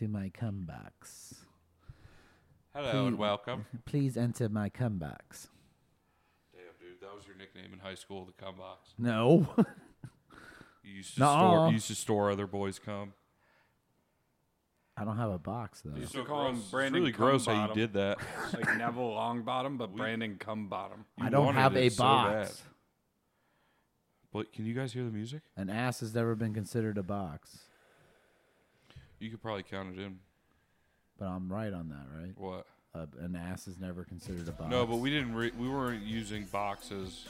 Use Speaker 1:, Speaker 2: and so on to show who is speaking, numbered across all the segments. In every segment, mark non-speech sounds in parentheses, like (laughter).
Speaker 1: to my comebacks.
Speaker 2: Hello and
Speaker 1: Please-
Speaker 2: welcome.
Speaker 1: Please enter my comebacks.
Speaker 2: Damn, dude, that was your nickname in high school, the cum box.
Speaker 1: No. (laughs)
Speaker 2: You used to
Speaker 1: Nuh-uh.
Speaker 2: store, you used to store other boys' cum.
Speaker 1: I don't have a box though.
Speaker 2: It's
Speaker 3: to call him
Speaker 2: gross. It's
Speaker 3: Brandon
Speaker 2: really gross how you
Speaker 3: Cumbottom.
Speaker 1: (laughs)
Speaker 2: did that.
Speaker 3: like Neville Longbottom, but Brandon Cumbottom.
Speaker 2: You
Speaker 1: I don't
Speaker 2: wanted
Speaker 1: have a
Speaker 2: it so
Speaker 1: box.
Speaker 2: bad. But can you guys hear the music?
Speaker 1: An ass has never been considered a box.
Speaker 2: You could probably count it in.
Speaker 1: But I'm right on that, right?
Speaker 2: What?
Speaker 1: Uh, an ass is never considered a box.
Speaker 2: No, but we didn't. Re- we weren't using boxes.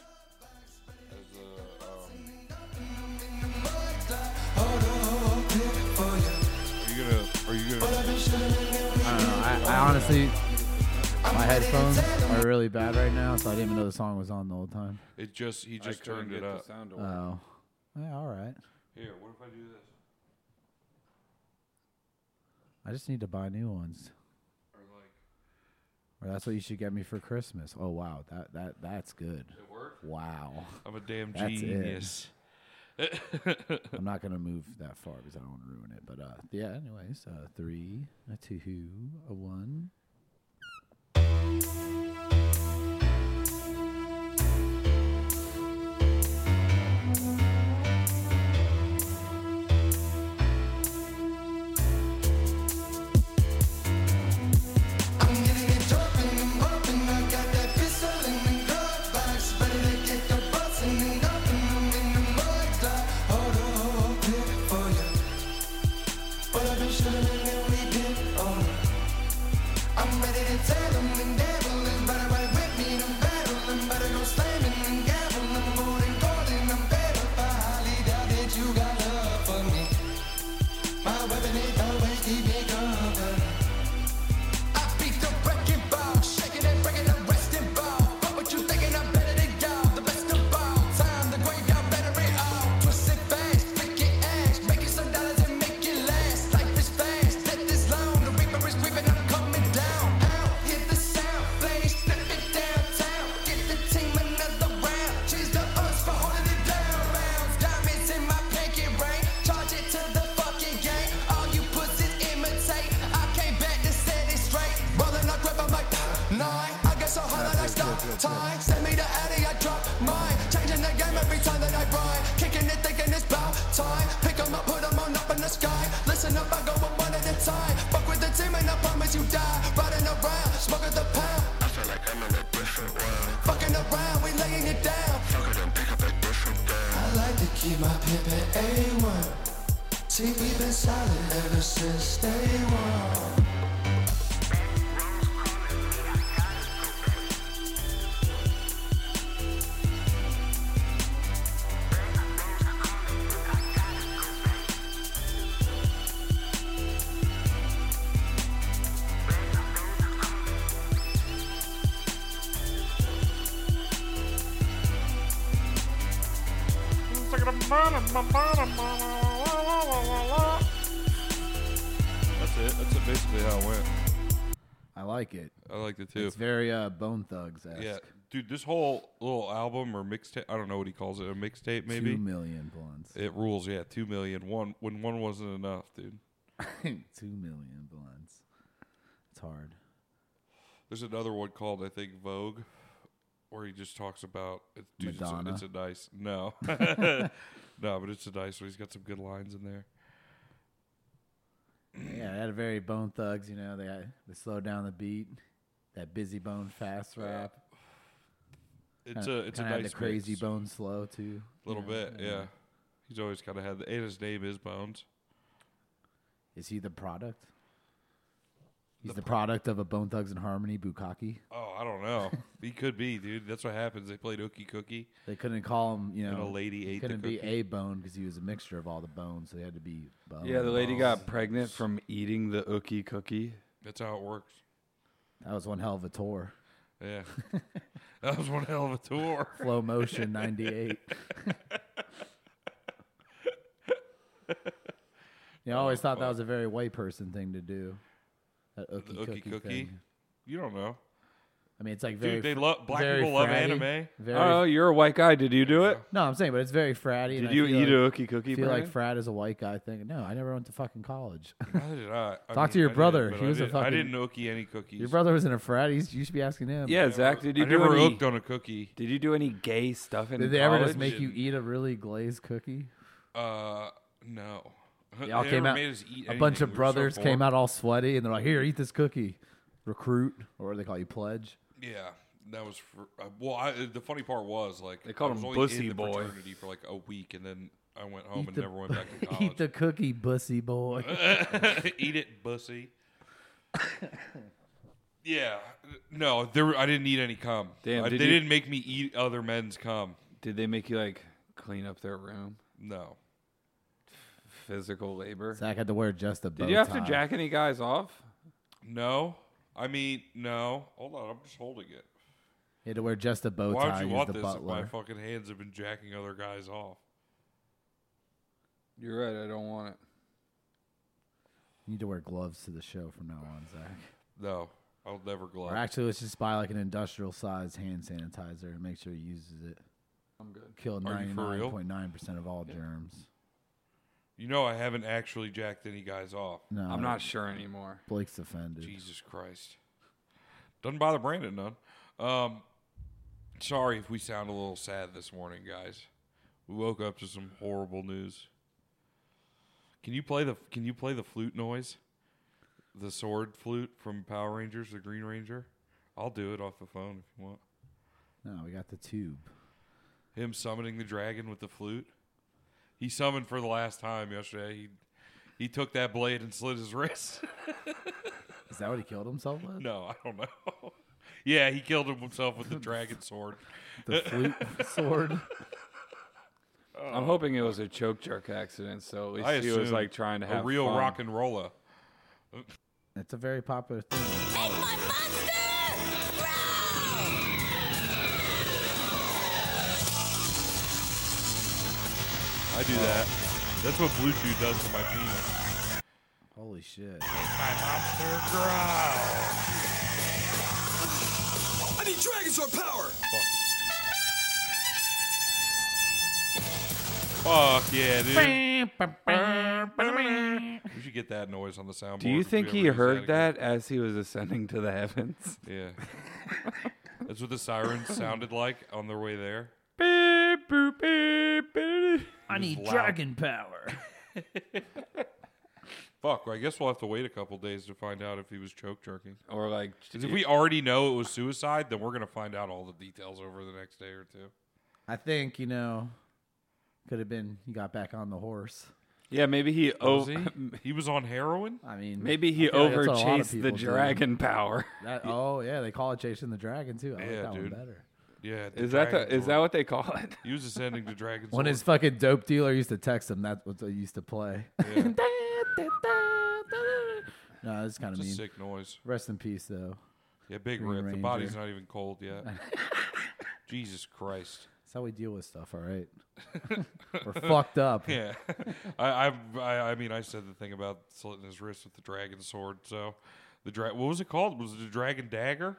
Speaker 2: As a, um... Are you gonna? Are you
Speaker 1: I
Speaker 2: gonna?
Speaker 1: don't know. I, I honestly, my headphones are really bad right now, so I didn't even know the song was on the whole time.
Speaker 2: It just. He just
Speaker 3: I couldn't
Speaker 2: turned
Speaker 3: get
Speaker 2: it
Speaker 3: the
Speaker 2: up.
Speaker 3: sound to work.
Speaker 1: Oh, yeah, all right.
Speaker 2: Here, what if I do this?
Speaker 1: I just need to buy new ones.
Speaker 2: Or like,
Speaker 1: Or that's what you should get me for Christmas. Oh wow, that that that's good.
Speaker 2: it worked?
Speaker 1: Wow.
Speaker 2: I'm a damn
Speaker 1: That's it.
Speaker 2: genius.
Speaker 1: I'm not gonna move that far because I don't want to ruin it. But uh, yeah. Anyways, uh, three, a two, a one.
Speaker 2: That's it. That's basically how it went.
Speaker 1: I like it.
Speaker 2: I liked it too.
Speaker 1: It's very uh, Bone Thugs esque.
Speaker 2: Yeah, dude, this whole little album or mixtape—I don't know what he calls it—a mixtape maybe.
Speaker 1: Two million blunts.
Speaker 2: It rules. Yeah, two million. One when one wasn't enough, dude.
Speaker 1: (laughs) Two million blunts. It's hard.
Speaker 2: There's another one called I think Vogue, where he just talks about it, dude, it's, a,
Speaker 1: Madonna.
Speaker 2: it's a nice
Speaker 1: (laughs)
Speaker 2: no, (laughs) no, but it's a nice one. He's got some good lines in there.
Speaker 1: Yeah, they had a very Bone Thugs. You know, they they slowed down the beat. That busy bone fast rap.
Speaker 2: It's a it's a
Speaker 1: Kinda had
Speaker 2: nice
Speaker 1: the crazy
Speaker 2: mix.
Speaker 1: bone slow too.
Speaker 2: little
Speaker 1: you know,
Speaker 2: bit. Yeah. he's always kind of had the and his name is Bones.
Speaker 1: Is he the product? He's the, product of a Bone Thugs and Harmony bukkake.
Speaker 2: Oh, I
Speaker 1: (laughs)
Speaker 2: don't know. he could be, dude. That's what happens. They played Ookie Cookie.
Speaker 1: They couldn't call him, you know,
Speaker 2: And a lady
Speaker 1: he
Speaker 2: ate the
Speaker 1: couldn't be
Speaker 2: cookie.
Speaker 1: a bone because he was a mixture of all the bones, so he had to be bone.
Speaker 3: Yeah, the lady got pregnant from eating the ookie cookie.
Speaker 2: That's how it works.
Speaker 1: That was one hell of a tour.
Speaker 2: Yeah, (laughs) that was one hell of
Speaker 1: (laughs)
Speaker 2: a tour.
Speaker 1: Flow
Speaker 2: (laughs)
Speaker 1: motion '98. yeah, I always thought that was a very white person thing to do. That ookie
Speaker 2: Oh, The Ookie
Speaker 1: cookie,
Speaker 2: Cookie.
Speaker 1: thing.
Speaker 2: You don't know.
Speaker 1: I mean, it's like very
Speaker 2: Dude, they
Speaker 1: fr-
Speaker 2: love black
Speaker 1: very
Speaker 2: people love
Speaker 1: fratty,
Speaker 2: anime.
Speaker 1: Very,
Speaker 3: Oh, you're a white guy. Did you do it?
Speaker 1: no, I'm saying, but it's very fratty. and
Speaker 3: Did
Speaker 1: I
Speaker 3: you
Speaker 1: feel
Speaker 3: eat
Speaker 1: like,
Speaker 3: a ookie cookie?
Speaker 1: I feel like
Speaker 3: Brian?
Speaker 1: frat is a white guy thing. No, I never went to fucking college. (laughs)
Speaker 2: Neither did I. uh, I
Speaker 1: Talk to
Speaker 2: mean,
Speaker 1: your
Speaker 2: I did,
Speaker 1: brother.
Speaker 2: but
Speaker 1: He
Speaker 2: I
Speaker 1: was a
Speaker 2: did- I
Speaker 1: fucking-
Speaker 2: didn't nookie any cookies.
Speaker 1: Your brother was in a frat. He's, you should be asking him.
Speaker 3: yeah, Zach. Did you
Speaker 2: I
Speaker 3: do
Speaker 2: never
Speaker 3: any?
Speaker 2: hooked on a cookie.
Speaker 3: Did you do any gay stuff in
Speaker 1: Did they
Speaker 3: college?
Speaker 1: ever just make you
Speaker 2: Didn't.
Speaker 1: eat a really glazed cookie?
Speaker 2: Uh, no.
Speaker 1: They all
Speaker 2: They
Speaker 1: came
Speaker 2: never
Speaker 1: out.
Speaker 2: made us eat
Speaker 1: a bunch of
Speaker 2: anything. We were so
Speaker 1: brothers
Speaker 2: poor.
Speaker 1: came out all sweaty, and they're like, "Here, eat this cookie." Recruit, or what do they call you? Pledge.
Speaker 2: Yeah, that was for, uh, well. I, the funny part was like
Speaker 3: They called
Speaker 2: I was
Speaker 3: him
Speaker 2: only in
Speaker 3: Bussy
Speaker 2: the
Speaker 3: Boy.
Speaker 2: fraternity for like a week, and then I went home and
Speaker 1: the-
Speaker 2: never went back to
Speaker 1: (laughs) Eat
Speaker 2: college.
Speaker 1: the cookie, bussy
Speaker 2: (laughs)
Speaker 1: boy.
Speaker 2: Eat
Speaker 1: (laughs)
Speaker 2: it, bussy. yeah, no, there. were- I didn't eat any cum.
Speaker 3: Damn,
Speaker 2: I-
Speaker 3: did
Speaker 2: they
Speaker 3: you-
Speaker 2: didn't make me eat other men's cum.
Speaker 3: Did they make you like clean up their room?
Speaker 2: No,
Speaker 3: Physical labor.
Speaker 1: Zach had to wear just a bow
Speaker 3: Did you have
Speaker 1: tie.
Speaker 3: to jack any guys off?
Speaker 2: no. I mean, no. Hold on, I'm just holding it.
Speaker 1: He had to wear just a bow
Speaker 2: Why
Speaker 1: tie.
Speaker 2: would you
Speaker 1: He was
Speaker 2: want
Speaker 1: the
Speaker 2: this if my
Speaker 1: butler.
Speaker 2: fucking hands have been jacking other guys off?
Speaker 3: You're right. I don't want it.
Speaker 1: You need to wear gloves to the show from now on, Zach.
Speaker 2: No, I'll never
Speaker 1: Or
Speaker 2: glove.
Speaker 1: actually, let's just buy like an industrial sized hand sanitizer and make sure he uses it.
Speaker 3: I'm good.
Speaker 1: Kill
Speaker 2: Are you
Speaker 1: ninety
Speaker 2: for
Speaker 1: nine
Speaker 2: real?
Speaker 1: point nine percent of all germs.
Speaker 2: You know, I haven't actually jacked any guys off.
Speaker 1: No,
Speaker 3: I'm not sure anymore.
Speaker 1: Blake's offended.
Speaker 2: Jesus Christ. Doesn't bother Brandon none. Um, sorry if we sound a little sad this morning, guys. We woke up to some horrible news. Can you play the Can you play the flute noise? The sword flute from Power Rangers, the Green Ranger. I'll do it off the phone if you want.
Speaker 1: No, we got the tube.
Speaker 2: Him summoning the dragon with the flute. He summoned for the last time yesterday. He he took that blade and slit his (laughs) wrist.
Speaker 1: Is that what he killed himself with?
Speaker 2: No, I don't know. (laughs) yeah, he killed himself with the dragon sword.
Speaker 1: The flute
Speaker 2: (laughs)
Speaker 1: sword.
Speaker 3: I'm hoping it was a choke jerk accident. So at least
Speaker 2: I
Speaker 3: he
Speaker 2: assume
Speaker 3: was like trying to have
Speaker 2: a real
Speaker 3: fun.
Speaker 2: rock and roller.
Speaker 1: It's a very popular thing.
Speaker 4: Make my monster growl!
Speaker 2: I do that. That's what Blue Chew does to my penis.
Speaker 1: Holy shit!
Speaker 2: My monster growl.
Speaker 5: I need Dragon Sword power!
Speaker 2: Fuck yeah, dude. we should get that noise on the soundboard.
Speaker 3: Do you
Speaker 2: if we
Speaker 3: think
Speaker 2: ever
Speaker 3: he
Speaker 2: use
Speaker 3: heard
Speaker 2: again.
Speaker 3: that as he was ascending to the heavens?
Speaker 2: Yeah. That's what the sirens sounded like on their way there.
Speaker 3: Beep, boop, beep, beep.
Speaker 1: I need
Speaker 2: loud.
Speaker 1: dragon power.
Speaker 2: Fuck, I guess we'll have to wait a couple days to find out if he was choke jerking.
Speaker 3: Or like,
Speaker 2: 'Cause if we already know it was suicide, then we're gonna find out all the details over the next day or two.
Speaker 1: I think you know. Could have been he got back on the horse.
Speaker 3: yeah, maybe he
Speaker 2: Was
Speaker 3: over,
Speaker 2: he? He was on heroin.
Speaker 1: I mean,
Speaker 3: (laughs) maybe he
Speaker 1: I feel like that's what a lot of
Speaker 3: overchased the
Speaker 1: people do.
Speaker 3: dragon power.
Speaker 1: That- oh yeah, they call it chasing the dragon too. I
Speaker 2: Yeah,
Speaker 1: like that
Speaker 2: dude.
Speaker 1: one better.
Speaker 2: Yeah.
Speaker 3: Is that the, is that what they call it? (laughs)
Speaker 2: he was ascending to Dragon's
Speaker 1: When his fucking dope dealer used to text him, that's what they used to play. (laughs)
Speaker 2: Yeah.
Speaker 1: no, that's kind of
Speaker 2: It's a
Speaker 1: mean.
Speaker 2: sick noise.
Speaker 1: Rest in peace, though.
Speaker 2: Yeah, big
Speaker 1: Green
Speaker 2: rip.
Speaker 1: Ranger.
Speaker 2: The body's not even cold
Speaker 1: (laughs)
Speaker 2: yet. Jesus Christ.
Speaker 1: That's how we deal with stuff. All
Speaker 2: (laughs)
Speaker 1: right, we're fucked up.
Speaker 2: Yeah. (laughs) I, I I I mean I said the thing about slitting his wrist with the dragon sword. So the dra- what was it called? Was it a dragon dagger?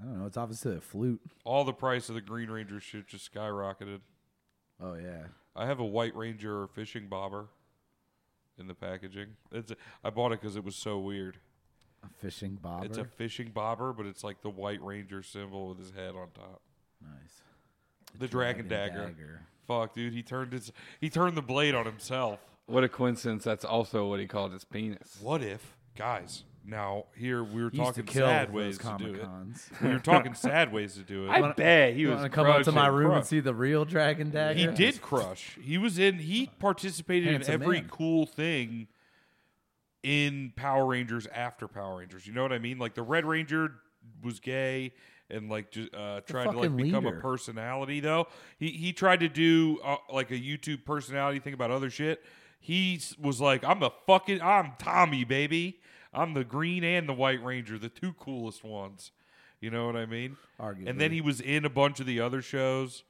Speaker 1: I don't know. It's obviously a flute.
Speaker 2: All the price of the Green Ranger shit just skyrocketed.
Speaker 1: Oh yeah.
Speaker 2: I have a White Ranger or fishing bobber in the packaging. It's I bought it because it was so weird.
Speaker 1: A fishing bobber.
Speaker 2: It's a fishing bobber, but it's like the White Ranger symbol with his head on top.
Speaker 1: nice.
Speaker 2: The dragon, dagger. Fuck, dude, he turned his he turned the blade on himself.
Speaker 3: What a coincidence! That's also what he called his penis.
Speaker 2: What if, guys? Now here we were
Speaker 1: He used to
Speaker 2: talking
Speaker 1: kill
Speaker 2: sad
Speaker 1: those
Speaker 2: ways to do
Speaker 1: Comic
Speaker 2: it. (laughs)
Speaker 1: Cons.
Speaker 2: We were talking sad ways to do it.
Speaker 3: I bet he
Speaker 1: You
Speaker 3: was
Speaker 1: want to come up to
Speaker 3: crushing
Speaker 1: my room
Speaker 2: crush.
Speaker 1: and see the real dragon dagger?
Speaker 2: he did crush. He was in. He participated
Speaker 1: Handsome
Speaker 2: in every
Speaker 1: man.
Speaker 2: cool thing in Power Rangers after Power Rangers. You know what I mean? Like the Red Ranger was gay and like just uh, tried to like
Speaker 1: fucking
Speaker 2: become
Speaker 1: leader.
Speaker 2: a personality. Though he he tried to do uh, like a YouTube personality thing about other shit. He s- was like, I'm the fucking I'm Tommy baby. I'm the green and the white ranger, the two coolest ones. You know what I mean?
Speaker 1: Arguably.
Speaker 2: And then he was in a bunch of the other shows.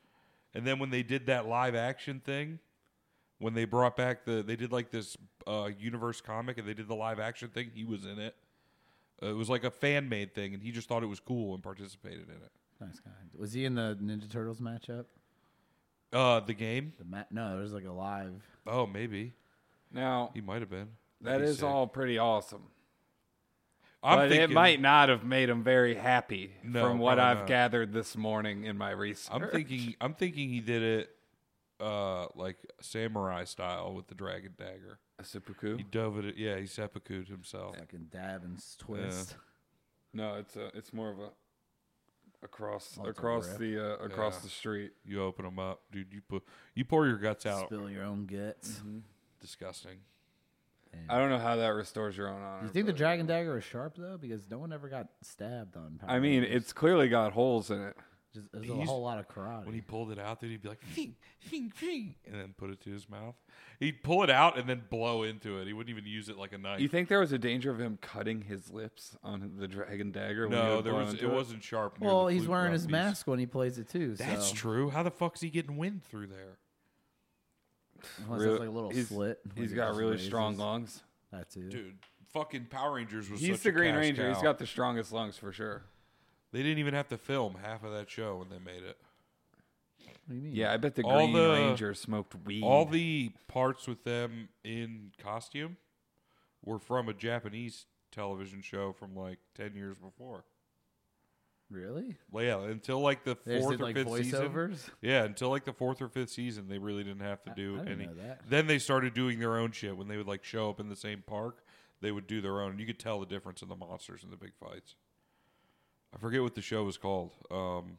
Speaker 2: And then when they did that live action thing, when they brought back the, they did like this uh, universe comic and they did the live action thing, he was in it. Uh, it was like a fan made thing, and he just thought it was cool and participated in it.
Speaker 1: Nice guy. Was he in the Ninja Turtles matchup?
Speaker 2: Uh, the game?
Speaker 1: The ma- no, it was like a live.
Speaker 2: Oh, maybe
Speaker 3: Now
Speaker 2: he might have been.
Speaker 3: that
Speaker 2: That'd be
Speaker 3: is
Speaker 2: sick.
Speaker 3: all pretty awesome,
Speaker 2: I'm
Speaker 3: but
Speaker 2: thinking,
Speaker 3: it might not have made him very happy
Speaker 2: No,
Speaker 3: from what
Speaker 2: probably
Speaker 3: I've
Speaker 2: not.
Speaker 3: gathered this morning in my research.
Speaker 2: I'm
Speaker 3: (laughs)
Speaker 2: thinking. I'm thinking he did it, uh, like samurai style with the dragon dagger.
Speaker 3: A seppuku.
Speaker 2: He dove it. Yeah, he seppuku'd himself.
Speaker 1: Fucking dab and s- twist.
Speaker 3: No, it's a, it's more of a across
Speaker 1: Lots of
Speaker 3: across
Speaker 1: rip.
Speaker 3: the uh, across
Speaker 2: Yeah.
Speaker 3: the street.
Speaker 2: You open them up, dude. You put you pour your guts out. Mm-hmm.
Speaker 1: Spill your own guts.
Speaker 2: Disgusting.
Speaker 3: I don't know how that restores your own honor.
Speaker 1: You think the
Speaker 3: but-
Speaker 1: dragon dagger was sharp though? Because no one ever got stabbed on. Power
Speaker 3: I mean,
Speaker 1: Rangers.
Speaker 3: it's clearly got holes in it.
Speaker 1: Just, there's a
Speaker 2: he's-
Speaker 1: whole lot of karate.
Speaker 2: When he pulled it out, dude, he'd be like, fing, fing, fing, and then put it to his mouth. He'd pull it out and then blow into it. He wouldn't even use it like a knife.
Speaker 3: You think there was a danger of him cutting his lips on the dragon dagger? when he
Speaker 2: no,
Speaker 3: would
Speaker 2: there
Speaker 3: blow
Speaker 2: was it,
Speaker 3: into
Speaker 2: wasn't sharp. near
Speaker 1: well,
Speaker 2: the
Speaker 1: he's
Speaker 2: flute
Speaker 1: wearing his
Speaker 2: mouthpiece.
Speaker 1: mask when he plays it too.
Speaker 2: That's
Speaker 1: so.
Speaker 2: true. How the fuck's he getting wind through there?
Speaker 1: Unless
Speaker 3: Real-
Speaker 1: it's like a little
Speaker 3: he's-
Speaker 1: slit. where
Speaker 3: He's
Speaker 1: he
Speaker 3: got
Speaker 1: just
Speaker 3: really
Speaker 1: raises.
Speaker 3: strong lungs.
Speaker 1: That too.
Speaker 2: Dude, fucking Power Rangers was
Speaker 3: He's
Speaker 2: such
Speaker 3: the
Speaker 2: a
Speaker 3: Green
Speaker 2: cash
Speaker 3: Ranger. He's
Speaker 2: cow.
Speaker 3: got the strongest lungs for sure.
Speaker 2: They didn't even have to film half of that show when they made it.
Speaker 1: What do you mean?
Speaker 3: Yeah, I bet the
Speaker 2: All
Speaker 3: Green
Speaker 2: the-
Speaker 3: Ranger smoked weed.
Speaker 2: All the parts with them in costume were from a Japanese television show from like 10 years before.
Speaker 1: Really?
Speaker 2: Well, yeah, until like the
Speaker 1: They just
Speaker 2: fourth
Speaker 1: did
Speaker 2: or
Speaker 1: like
Speaker 2: fifth season.
Speaker 1: voiceovers.
Speaker 2: Yeah, until like the fourth or fifth season, they really didn't have to do
Speaker 1: I didn't
Speaker 2: any.
Speaker 1: know that.
Speaker 2: Then they started doing their own shit. When they would like show up in the same park, they would do their own. You could tell the difference in the monsters and the big fights. I forget what the show was called. Um,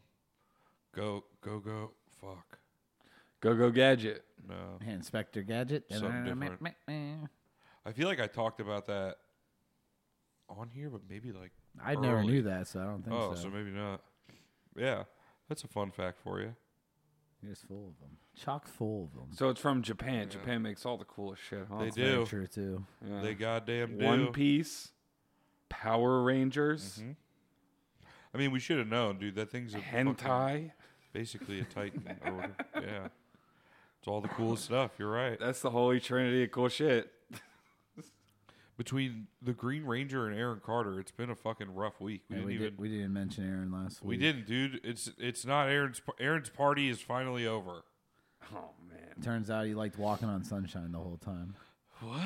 Speaker 2: go go go! Fuck
Speaker 3: Go Go Gadget.
Speaker 2: no!
Speaker 1: Hey, Inspector Gadget.
Speaker 2: Something different. I feel like I talked about that on here, but maybe like
Speaker 1: I never
Speaker 2: early.
Speaker 1: knew that, so I don't think
Speaker 2: Oh,
Speaker 1: so.
Speaker 2: so maybe not. Yeah, that's a fun fact for you.
Speaker 1: You're just full of them. Chock full of them.
Speaker 3: So it's from Japan. Japan makes all the coolest shit. Huh?
Speaker 2: They
Speaker 1: Very
Speaker 2: do.
Speaker 1: true too.
Speaker 3: Yeah.
Speaker 2: They goddamn do.
Speaker 3: One Piece, Power Rangers,
Speaker 1: Mm-hmm.
Speaker 2: I mean, we should have known, dude. That thing's a fucking-
Speaker 3: hentai.
Speaker 2: basically a titan. or whatever. Yeah, it's all the coolest stuff. You're right.
Speaker 3: That's the holy trinity of cool shit.
Speaker 2: Between the Green Ranger and Aaron Carter, it's been a fucking rough week. We
Speaker 1: Yeah,
Speaker 2: didn't
Speaker 1: we,
Speaker 2: even.
Speaker 1: did,
Speaker 2: we
Speaker 1: we didn't mention Aaron last week.
Speaker 2: didn't, dude. It's it's not Aaron's. par- Aaron's party is finally over.
Speaker 3: Oh man.
Speaker 1: Turns out he liked walking on sunshine the whole time.
Speaker 2: What?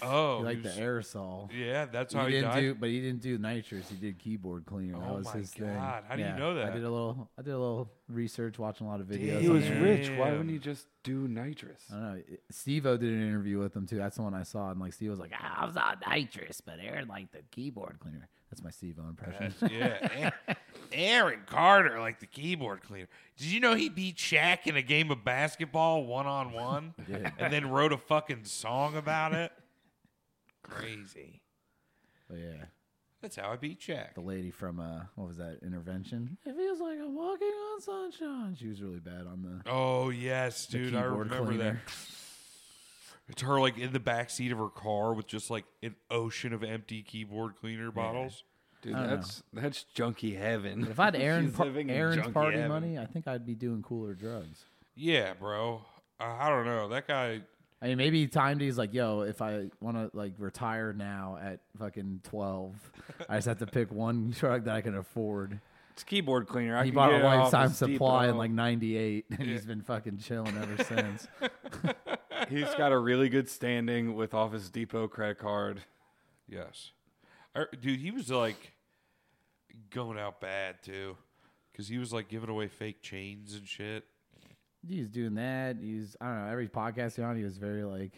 Speaker 2: Oh,
Speaker 1: He
Speaker 2: he
Speaker 1: liked the
Speaker 2: was-
Speaker 1: aerosol.
Speaker 2: yeah. That's how
Speaker 1: he
Speaker 2: he,
Speaker 1: didn't
Speaker 2: died.
Speaker 1: do, but he didn't do nitrous. He did keyboard cleaner. that
Speaker 2: Oh
Speaker 1: was
Speaker 2: my
Speaker 1: his thing.
Speaker 2: God, how do you
Speaker 1: Yeah,
Speaker 2: know
Speaker 1: I
Speaker 2: that?
Speaker 1: did a little. I did a little research, watching a lot of videos.
Speaker 3: He
Speaker 1: on
Speaker 3: was
Speaker 1: Aaron.
Speaker 3: rich. Why
Speaker 2: Damn.
Speaker 3: wouldn't he just do nitrous?
Speaker 1: I don't know. Steve O did an interview with him too. That's the one I saw, and like Steve was like, ah, "I was on nitrous, but Aaron liked the keyboard cleaner." That's my Steve O impression.
Speaker 2: yeah. A- Aaron Carter, like the keyboard cleaner. Did you know he beat Shaq in a game of basketball one on
Speaker 1: (laughs)
Speaker 2: one?
Speaker 1: Yeah.
Speaker 2: And then wrote a fucking song about it? Crazy.
Speaker 1: but yeah,
Speaker 2: That's how I beat Shaq.
Speaker 1: the lady from uh, what was that intervention? It feels like I'm walking on sunshine. She was really bad on the
Speaker 2: Oh yes,
Speaker 1: The
Speaker 2: dude, I
Speaker 1: keyboard
Speaker 2: remember that.
Speaker 1: cleaner.
Speaker 2: It's her like in the back seat of her car with just like an ocean of empty keyboard cleaner bottles.
Speaker 3: Dude,
Speaker 1: don't know.
Speaker 3: that's that's junkie heaven.
Speaker 1: If I
Speaker 3: (laughs)
Speaker 1: had Aaron
Speaker 3: She's
Speaker 1: par-
Speaker 3: living in
Speaker 1: Aaron's
Speaker 3: junkie
Speaker 1: party
Speaker 3: heaven.
Speaker 1: money, I think I'd be doing cooler drugs.
Speaker 2: Yeah, bro. I, I don't know. That guy.
Speaker 1: I mean, maybe he timed. it, He's like, "Yo, if I want to like retire now at fucking twelve, I just have to pick one drug that I can afford."
Speaker 3: it's keyboard cleaner. I
Speaker 1: He
Speaker 3: can
Speaker 1: bought a
Speaker 3: get it off
Speaker 1: lifetime
Speaker 3: of Steve
Speaker 1: supply in
Speaker 3: Ballmer.
Speaker 1: like '98, and he's been fucking chilling ever since.
Speaker 3: (laughs) He's got a really good standing with Office Depot credit card.
Speaker 2: Yes, I, dude. He was like going out bad too, because he was like giving away fake chains and shit.
Speaker 1: He was doing that. He was, I don't know. Every podcast he on, he was very like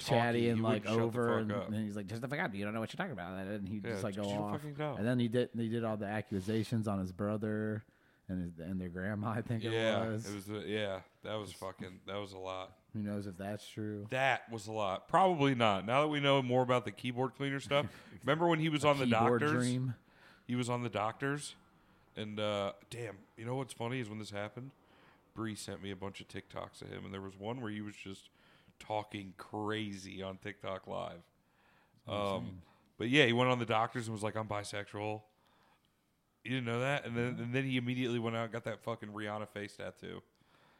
Speaker 2: Talky,
Speaker 1: chatty and
Speaker 2: he
Speaker 1: like
Speaker 2: wouldn't shut the
Speaker 1: over,
Speaker 2: fuck
Speaker 1: and,
Speaker 2: up.
Speaker 1: then he's like, "Just the fuck up! You don't know what you're talking about." And he would
Speaker 2: Yeah,
Speaker 1: just like go
Speaker 2: just shut the
Speaker 1: off.
Speaker 2: fucking mouth.
Speaker 1: And then he did. He did all the accusations on his brother and his, and their grandma. I think
Speaker 2: Yeah,
Speaker 1: it was.
Speaker 2: it was. a- yeah, that was fucking. That was a lot.
Speaker 1: Who knows if that's true?
Speaker 2: That was a lot. Probably not. Now that we know more about the keyboard
Speaker 1: (laughs)
Speaker 2: cleaner stuff, remember when he was on the
Speaker 1: Keyboard
Speaker 2: doctors?
Speaker 1: dream.
Speaker 2: He was on the doctors, and uh, damn, you know what's funny is when this happened, Bree sent me a bunch of TikToks of him, and there was one where he was just talking crazy on TikTok live. Um, but yeah, he went on the doctors and was like, "I'm bisexual." You didn't know that, and then and then he immediately went out and got that fucking Rihanna face tattoo.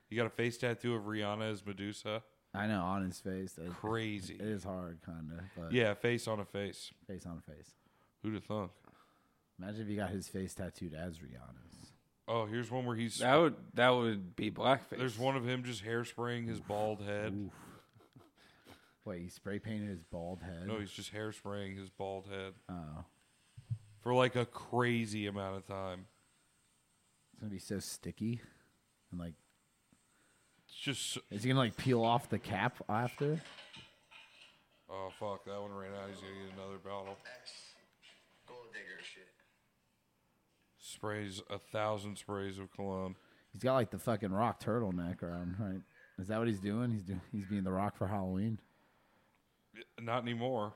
Speaker 2: He got a face tattoo of Rihanna as Medusa.
Speaker 1: I know on his face. It,
Speaker 2: Crazy.
Speaker 1: it is hard, kind of. But
Speaker 2: Yeah, face on a face.
Speaker 1: face on face.
Speaker 2: Who'd have thunk?
Speaker 1: Imagine if you got his face tattooed as Rihanna's.
Speaker 2: Oh, here's one where he's.
Speaker 3: That would that would be blackface.
Speaker 2: There's one of him just hairspraying his bald head.
Speaker 1: Wait, he spray painted his bald head.
Speaker 2: No, he's just hairspraying his bald head
Speaker 1: oh,
Speaker 2: for like a crazy amount of time.
Speaker 1: it's gonna be so sticky, and like,
Speaker 2: It's just. so-
Speaker 1: is he gonna like peel off the cap after?
Speaker 2: Oh, fuck. That one ran out. He's going to get another bottle.
Speaker 6: Gold digger shit.
Speaker 2: Sprays a thousand sprays of cologne.
Speaker 1: He's got like the fucking rock turtleneck around, right? Is that what he's doing? He's doing. He's being the rock for Halloween.
Speaker 2: Not anymore.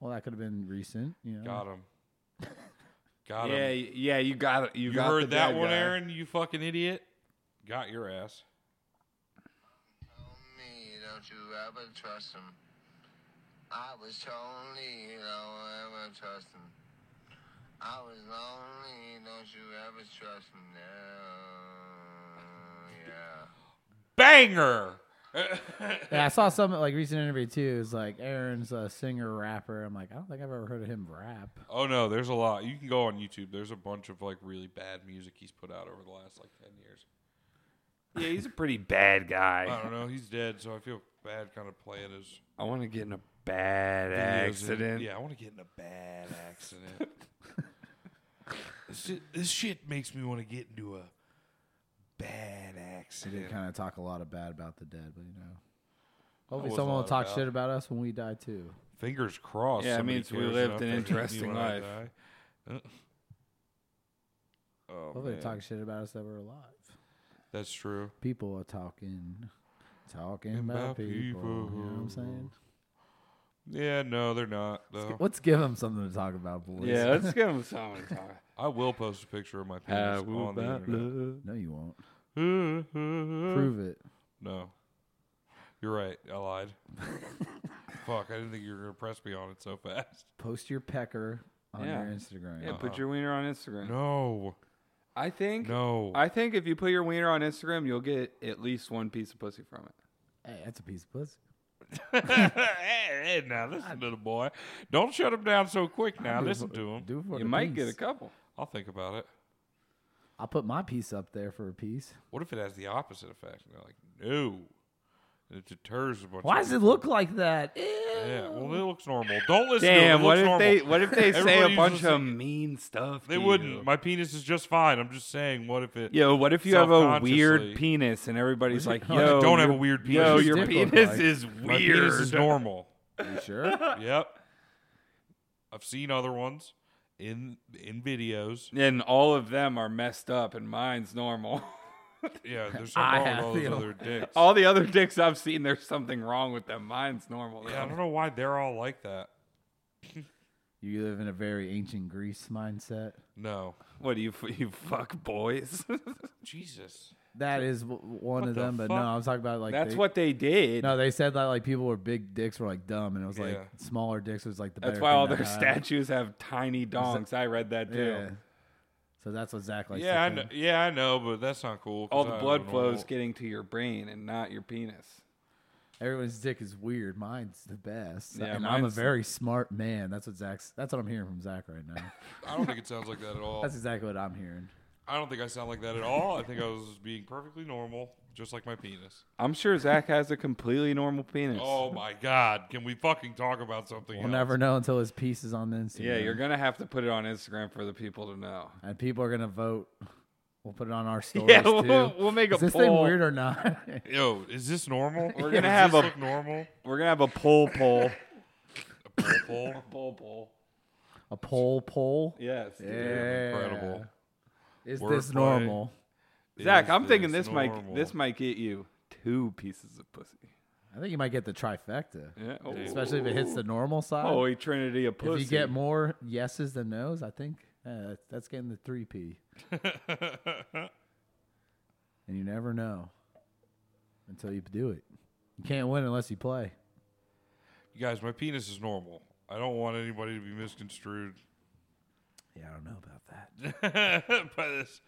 Speaker 1: Well, that could have been recent. You know,
Speaker 2: Got him.
Speaker 3: (laughs)
Speaker 2: Got
Speaker 3: Yeah,
Speaker 2: him.
Speaker 3: y- yeah, you got it. You,
Speaker 2: You
Speaker 3: got the
Speaker 2: heard that
Speaker 3: bad
Speaker 2: one,
Speaker 3: guy.
Speaker 2: Aaron? You fucking idiot. Got your ass.
Speaker 6: Tell me, don't you ever trust him. I was lonely, don't ever trust him. I was lonely, don't you ever trust him. No, yeah.
Speaker 2: Banger.
Speaker 1: Yeah, I saw some like recent interview too. It's like Aaron's a singer rapper. I'm like, I don't think I've ever heard of him rap.
Speaker 2: Oh no, there's a lot. You can go on YouTube. There's a bunch of like really bad music he's put out over the last like ten
Speaker 3: (laughs)
Speaker 2: years.
Speaker 3: Yeah, he's a pretty bad (laughs) guy.
Speaker 2: I don't know. He's dead, so I feel bad kind of playing his
Speaker 3: I want to get in a bad
Speaker 2: videos.
Speaker 3: accident.
Speaker 2: Yeah, I want to get in a
Speaker 3: (laughs)
Speaker 2: bad accident. this, shit, this shit makes me want to get into a bad
Speaker 1: He
Speaker 2: accident.
Speaker 1: did kind of talk a lot of bad about the dead, but you know, hopefully
Speaker 2: was
Speaker 1: someone will
Speaker 2: a lot
Speaker 1: talk
Speaker 2: about. Oh,
Speaker 1: shit about us when we die too.
Speaker 2: Fingers crossed.
Speaker 3: Yeah, it
Speaker 2: somebody
Speaker 3: means we
Speaker 2: cares enough
Speaker 3: lived an
Speaker 2: to hate me
Speaker 3: interesting
Speaker 2: when I
Speaker 3: life. (laughs)
Speaker 2: die. (laughs) Oh,
Speaker 1: Hopefully,
Speaker 2: man.
Speaker 1: they talk shit about us that were alive.
Speaker 2: That's true.
Speaker 1: People are talking, talking
Speaker 2: About
Speaker 1: about, people, You know what I'm
Speaker 2: people.
Speaker 1: saying?
Speaker 2: Yeah, no, they're not though.
Speaker 1: Let's give them something to talk about, boys.
Speaker 3: Yeah, let's give him something (laughs) to talk.
Speaker 2: I will post a picture of my penis
Speaker 3: How
Speaker 2: on the
Speaker 3: about
Speaker 2: internet.
Speaker 3: Uh, love?
Speaker 1: No, you won't. Prove it.
Speaker 2: No, you're right. I
Speaker 3: (laughs)
Speaker 2: lied. Fuck, I didn't think you were gonna press me on it so fast.
Speaker 1: Post your pecker on
Speaker 3: Yeah.
Speaker 1: your Instagram.
Speaker 3: Yeah, put your wiener on Instagram.
Speaker 2: Uh-huh. No,
Speaker 3: I think
Speaker 2: no.
Speaker 3: I think if you put your wiener on Instagram, you'll get at least one piece of pussy from it.
Speaker 1: Hey, that's a piece of pussy.
Speaker 2: hey, (laughs) hey, now listen to the boy. Don't shut him down so quick. Now listen to him.
Speaker 1: Do it for
Speaker 3: You
Speaker 1: the
Speaker 3: might get a
Speaker 1: piece.
Speaker 3: couple.
Speaker 2: I'll think about it.
Speaker 1: I'll put my piece up there for a piece.
Speaker 2: What if it has the opposite effect? And they're like, no. And it deters a bunch.
Speaker 1: Why
Speaker 2: of
Speaker 1: does it
Speaker 2: people.
Speaker 1: look like that? Ew.
Speaker 2: Yeah, well, it looks normal. Don't listen.
Speaker 3: Damn,
Speaker 2: to it. It
Speaker 3: what
Speaker 2: looks
Speaker 3: if
Speaker 2: normal.
Speaker 3: they what
Speaker 2: (laughs)
Speaker 3: if they say
Speaker 2: Everybody
Speaker 3: a bunch
Speaker 2: uses-
Speaker 3: of mean stuff?
Speaker 2: They
Speaker 3: to you?
Speaker 2: wouldn't. My penis is just fine. I'm just saying. What if it?
Speaker 3: Yo, what if you have a
Speaker 2: Self-consciously.
Speaker 3: weird penis and everybody's like,
Speaker 1: I
Speaker 3: "Yo,
Speaker 2: don't have
Speaker 3: your-
Speaker 2: a weird
Speaker 3: Yo,
Speaker 2: penis.
Speaker 3: your
Speaker 1: Dick look
Speaker 3: penis
Speaker 1: like-
Speaker 3: is weird.
Speaker 2: My penis is normal.
Speaker 1: You sure?
Speaker 2: yep. I've seen other ones in in videos.
Speaker 3: and all of them are messed up, and mine's normal. (laughs)
Speaker 2: Yeah, there's
Speaker 1: I
Speaker 2: something wrong with
Speaker 1: have
Speaker 2: all those
Speaker 1: the-
Speaker 2: other dicks.
Speaker 3: all the other dicks I've seen, there's something wrong with them. Mine's normal. though.
Speaker 2: yeah, I don't know why they're all like that.
Speaker 1: You live in a very ancient Greece mindset.
Speaker 2: No,
Speaker 3: What do you f- you fuck boys? (laughs)
Speaker 2: Jesus.
Speaker 1: That is w- one of
Speaker 2: the
Speaker 1: them, but no,
Speaker 2: fuck?
Speaker 1: I was talking about like
Speaker 3: That's
Speaker 1: they-
Speaker 3: what they did.
Speaker 1: No, they said that like people were big dicks were like dumb, and it was like
Speaker 2: Yeah.
Speaker 1: smaller dicks was like the.
Speaker 3: That's
Speaker 1: better
Speaker 3: why
Speaker 1: thing
Speaker 3: all
Speaker 1: to
Speaker 3: their
Speaker 1: have.
Speaker 3: statues have tiny dongs. I read that too.
Speaker 1: Yeah. So that's what Zach likes.
Speaker 2: Yeah, I
Speaker 1: to
Speaker 2: know,
Speaker 1: think.
Speaker 2: yeah, I know, but that's not cool. 'cause
Speaker 3: All the
Speaker 2: I
Speaker 3: blood
Speaker 2: don't
Speaker 3: flows
Speaker 2: know.
Speaker 3: getting to your brain and not your penis.
Speaker 1: Everyone's dick is weird. Mine's the best.
Speaker 3: Yeah,
Speaker 1: and I'm a
Speaker 3: mine's-
Speaker 1: very smart man. That's what Zach's. That's what I'm hearing from Zach right
Speaker 3: (laughs)
Speaker 1: now.
Speaker 2: I don't think it sounds like that at all.
Speaker 1: that's exactly what I'm hearing.
Speaker 2: I don't think I sound like that at all. I think I was being perfectly normal, just like my penis.
Speaker 3: I'm sure Zach has a completely normal penis.
Speaker 2: Oh my god! Can we fucking talk about something?
Speaker 1: We'll
Speaker 2: else?
Speaker 1: never know until his piece is on the Instagram.
Speaker 3: yeah, you're gonna have to put it on Instagram for the people to know.
Speaker 1: and people are gonna vote. We'll put it
Speaker 3: (laughs)
Speaker 1: on our stories
Speaker 3: Yeah,
Speaker 1: too.
Speaker 3: we'll, we'll make a
Speaker 1: is this
Speaker 3: poll.
Speaker 1: thing weird or not? (laughs)
Speaker 2: Yo, is this normal?
Speaker 3: (laughs) We're
Speaker 2: Does
Speaker 3: gonna have
Speaker 2: this
Speaker 3: a-
Speaker 2: look normal.
Speaker 3: We're gonna have a poll poll.
Speaker 2: A pull pull.
Speaker 3: poll poll.
Speaker 1: a poll poll.
Speaker 3: Yes.
Speaker 1: Yeah.
Speaker 2: Incredible.
Speaker 1: Is this
Speaker 2: Wordplay.
Speaker 1: normal?
Speaker 3: Zach,
Speaker 2: Is
Speaker 3: I'm thinking this might
Speaker 2: normal?
Speaker 3: this might get you two pieces of pussy.
Speaker 1: I think you might get the trifecta,
Speaker 3: Yeah. Oh.
Speaker 1: especially if it hits the normal side.
Speaker 3: Holy Trinity of
Speaker 1: if
Speaker 3: pussy.
Speaker 1: you get more yeses than nos, I think uh, that's getting the three P. and you never know until you do it. You can't win unless you play.
Speaker 2: You guys, my penis is normal. I don't want anybody to
Speaker 1: (laughs)
Speaker 2: be misconstrued
Speaker 1: Yeah, I don't know about that.
Speaker 2: by this.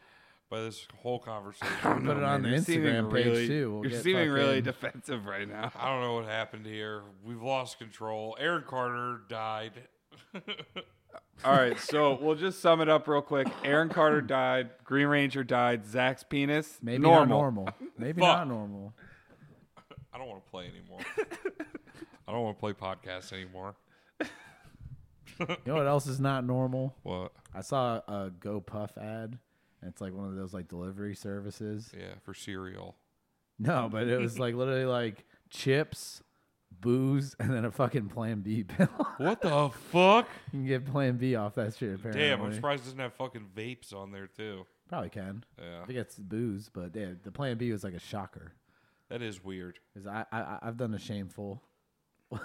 Speaker 2: by this whole conversation.
Speaker 1: Put it on the
Speaker 3: You're seeming
Speaker 1: Instagram page
Speaker 3: really-
Speaker 1: too. We'll
Speaker 3: you're
Speaker 1: get
Speaker 3: seeming really (laughs)
Speaker 1: fucking-
Speaker 3: defensive right now.
Speaker 2: I don't know what happened here. We've lost control. Aaron Carter died.
Speaker 3: All right, so we'll just sum it up real quick. Aaron Carter died. Green Ranger died. Zach's penis
Speaker 1: Maybe
Speaker 3: normal.
Speaker 1: not normal. Maybe
Speaker 2: Fuck.
Speaker 1: not normal.
Speaker 2: I don't want to play
Speaker 1: (laughs)
Speaker 2: anymore. I don't want to play podcasts anymore.
Speaker 1: You know what else is not normal?
Speaker 2: What?
Speaker 1: I saw a GoPuff ad, and it's like one of those like delivery services.
Speaker 2: Yeah, for cereal.
Speaker 1: No, but it was like literally like chips, booze, and then a fucking Plan B pill. (laughs) you
Speaker 2: What the fuck?
Speaker 1: can get Plan B off that shit. Apparently,
Speaker 2: Damn, I'm surprised it doesn't have fucking vapes on there too.
Speaker 1: Probably can.
Speaker 2: Yeah.
Speaker 1: I think it's booze, but yeah, the Plan B was like a shocker.
Speaker 2: That is weird.
Speaker 1: 'Cause I, I I- I've done a shameful, (laughs)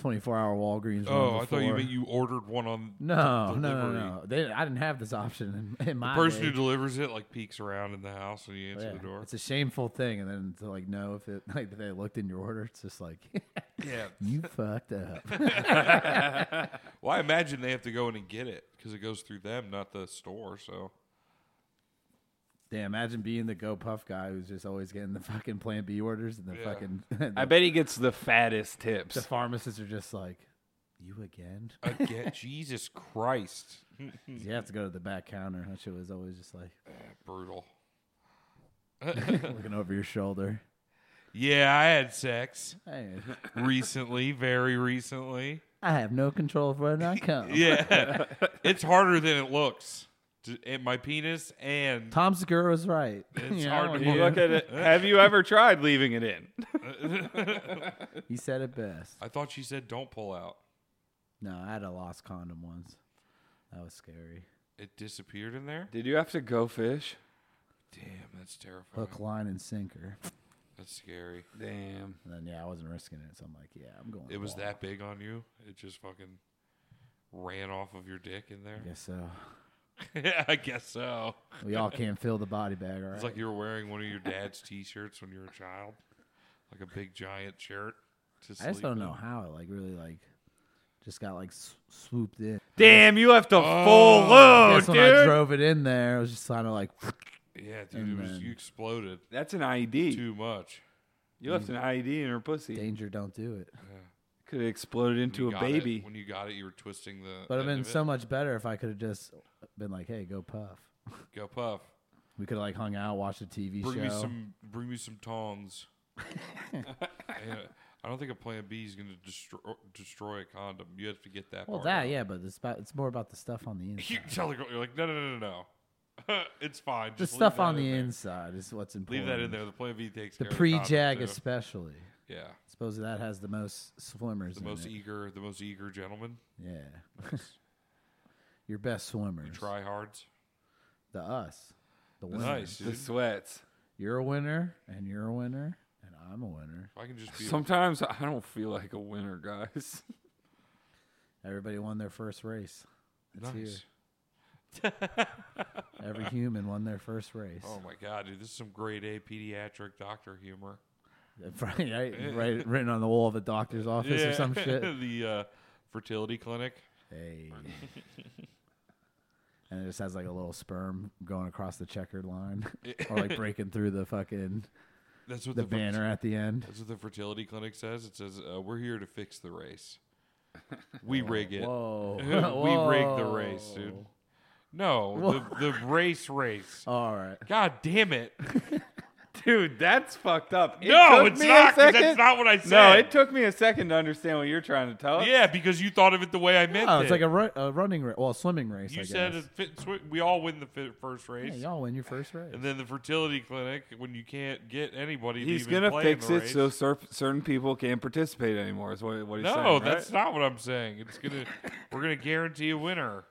Speaker 1: twenty four hour Walgreens. run
Speaker 2: Oh, I thought you
Speaker 1: before.
Speaker 2: meant you ordered one on
Speaker 1: (laughs) No, no,
Speaker 2: d-
Speaker 1: no,
Speaker 2: delivery.
Speaker 1: no. They, I didn't have this option in, (laughs) in my
Speaker 2: The person
Speaker 1: day.
Speaker 2: who delivers it like peeks around in the house when you answer
Speaker 1: Oh, Yeah,
Speaker 2: the door.
Speaker 1: It's a shameful thing, and then to like know if it (laughs) like if they looked in your order, it's just like (laughs)
Speaker 2: Yeah. (laughs)
Speaker 1: you fucked up.
Speaker 2: Well, I imagine they have to go in and get it because it goes through them, not the store. So
Speaker 1: Damn, imagine being the GoPuff guy who's just always getting the fucking Plan B orders, and the
Speaker 2: Yeah.
Speaker 1: fucking (laughs) the,
Speaker 3: I bet he gets the fattest tips.
Speaker 1: the pharmacists are just like, "You again?"
Speaker 2: again, Jesus Christ,
Speaker 1: you have to go to the back counter. That shit was always just like
Speaker 2: brutal.
Speaker 1: looking over your shoulder.
Speaker 2: Yeah, I had sex
Speaker 1: Hey,
Speaker 2: recently, very recently.
Speaker 1: I have no control of where I come.
Speaker 2: (laughs) Yeah, it's harder than it looks. To- And my penis and
Speaker 1: Tom Segura was right.
Speaker 2: It's
Speaker 1: (laughs) You
Speaker 2: hard
Speaker 1: know,
Speaker 2: to
Speaker 1: he-
Speaker 3: Look at it. Have you ever tried leaving it in?
Speaker 1: he said it best.
Speaker 2: I thought she said don't pull out.
Speaker 1: No, I had a lost condom once. That was scary.
Speaker 2: It disappeared in there.
Speaker 3: (laughs) Did you have to go fish?
Speaker 2: Damn, that's terrifying.
Speaker 1: Hook, line, and sinker.
Speaker 2: That's scary.
Speaker 3: Damn.
Speaker 1: And then yeah, I wasn't risking it, so I'm like, yeah, I'm going.
Speaker 2: It was
Speaker 1: all out.
Speaker 2: that big on you. It just fucking ran off of your dick in there.
Speaker 1: I guess so.
Speaker 2: Yeah, (laughs) I guess so.
Speaker 1: We all can't fill the body bag, all right?
Speaker 2: It's like you were wearing one of your dad's t-shirts when you were a child, like a big giant shirt. To
Speaker 1: I just
Speaker 2: sleep
Speaker 1: don't
Speaker 2: in.
Speaker 1: know how it like really like just got like s- swooped in.
Speaker 3: Damn, you left a full
Speaker 2: Oh,
Speaker 3: load,
Speaker 1: Guess Oh, when I
Speaker 3: dude.
Speaker 1: drove it in there, it was just kind of like
Speaker 2: Yeah, dude, it was,
Speaker 1: then-
Speaker 2: you exploded
Speaker 3: That's an IED.
Speaker 2: too much.
Speaker 3: You left an IED in her pussy.
Speaker 1: danger, don't do it.
Speaker 3: Could have exploded into
Speaker 2: You
Speaker 3: a
Speaker 2: got it.
Speaker 3: baby.
Speaker 2: When you got it, you were twisting the.
Speaker 1: But it'd
Speaker 2: end
Speaker 1: been
Speaker 2: of it.
Speaker 1: so much better if I could have just been like, hey, go puff.
Speaker 2: Go puff.
Speaker 1: We could have like hung out, watched a TV
Speaker 2: Bring
Speaker 1: show.
Speaker 2: me some. Bring me some
Speaker 1: (laughs)
Speaker 2: tongs. Yeah, I don't think a plan B is going to destroy destroy a condom. You have to get that.
Speaker 1: well,
Speaker 2: part
Speaker 1: that
Speaker 2: out.
Speaker 1: yeah, but it's about, it's more about the stuff on the
Speaker 2: (laughs) You (laughs)
Speaker 1: inside.
Speaker 2: tell the girl, you're like, no, no, no, no, no. (laughs) it's fine.
Speaker 1: the
Speaker 2: Just leave
Speaker 1: stuff
Speaker 2: that
Speaker 1: on
Speaker 2: in
Speaker 1: the
Speaker 2: there.
Speaker 1: inside is what's
Speaker 2: Leave
Speaker 1: important.
Speaker 2: that in there. The plan B takes
Speaker 1: The
Speaker 2: care of
Speaker 1: pre-jag
Speaker 2: condom, too.
Speaker 1: especially.
Speaker 2: yeah.
Speaker 1: Suppose that has the most swimmers.
Speaker 2: The
Speaker 1: in
Speaker 2: most e-,
Speaker 1: it.
Speaker 2: eager, the most eager gentleman.
Speaker 1: Yeah. Your best swimmers.
Speaker 2: Tryhards.
Speaker 1: (laughs) The us. The winners.
Speaker 2: Nice,
Speaker 3: The
Speaker 2: dude.
Speaker 3: sweats.
Speaker 1: You're a winner, and you're a winner, and I'm a winner.
Speaker 2: If I can just be.
Speaker 3: Sometimes I don't feel like a winner, guys. (laughs)
Speaker 1: Everybody won their first race. It's
Speaker 2: Nice.
Speaker 1: here.
Speaker 2: (laughs)
Speaker 1: Every human won their first race.
Speaker 2: Oh my god, dude! This is some grade A pediatric doctor humor.
Speaker 1: (laughs) right, right,
Speaker 2: (laughs)
Speaker 1: right- written on the wall of a doctor's office or some shit.
Speaker 2: the uh, fertility clinic.
Speaker 1: Hey. (laughs)
Speaker 2: (laughs)
Speaker 1: And it just has like a little sperm going across the checkered
Speaker 2: (laughs)
Speaker 1: line, or like breaking through the fucking
Speaker 2: That's what
Speaker 1: the
Speaker 2: the, fer-
Speaker 1: banner at the end.
Speaker 2: That's what the fertility clinic says. It says uh, we're here to fix
Speaker 1: (laughs)
Speaker 2: the race. We rig it.
Speaker 1: Whoa,
Speaker 2: (laughs) we rig the race, dude. No, the, the
Speaker 1: (laughs)
Speaker 2: race race.
Speaker 1: All right.
Speaker 2: God damn it!
Speaker 3: Dude, that's fucked up. It
Speaker 2: No,
Speaker 3: took
Speaker 2: it's
Speaker 3: me a
Speaker 2: not, 'cause that's
Speaker 3: second-
Speaker 2: not what I
Speaker 3: No,
Speaker 2: said.
Speaker 3: it took me a second to understand what you're trying to tell us.
Speaker 2: Yeah, because you thought of it the way I meant
Speaker 1: Oh,
Speaker 2: it.
Speaker 1: it's like a, ru- a running race, well, a swimming race.
Speaker 2: you
Speaker 1: I
Speaker 2: said
Speaker 1: guess.
Speaker 2: it fit, swi- we all win the fi- first race.
Speaker 1: Yeah, y'all win your first race.
Speaker 2: And then the fertility clinic, when you can't get anybody,
Speaker 3: He's
Speaker 2: to even
Speaker 3: gonna
Speaker 2: play
Speaker 3: fix
Speaker 2: in the
Speaker 3: it
Speaker 2: race.
Speaker 3: so cer- certain people can't participate anymore. Is what, what he's
Speaker 2: no,
Speaker 3: saying. right?
Speaker 2: that's not what I'm saying. It's gonna,
Speaker 1: (laughs)
Speaker 2: we're gonna guarantee a winner.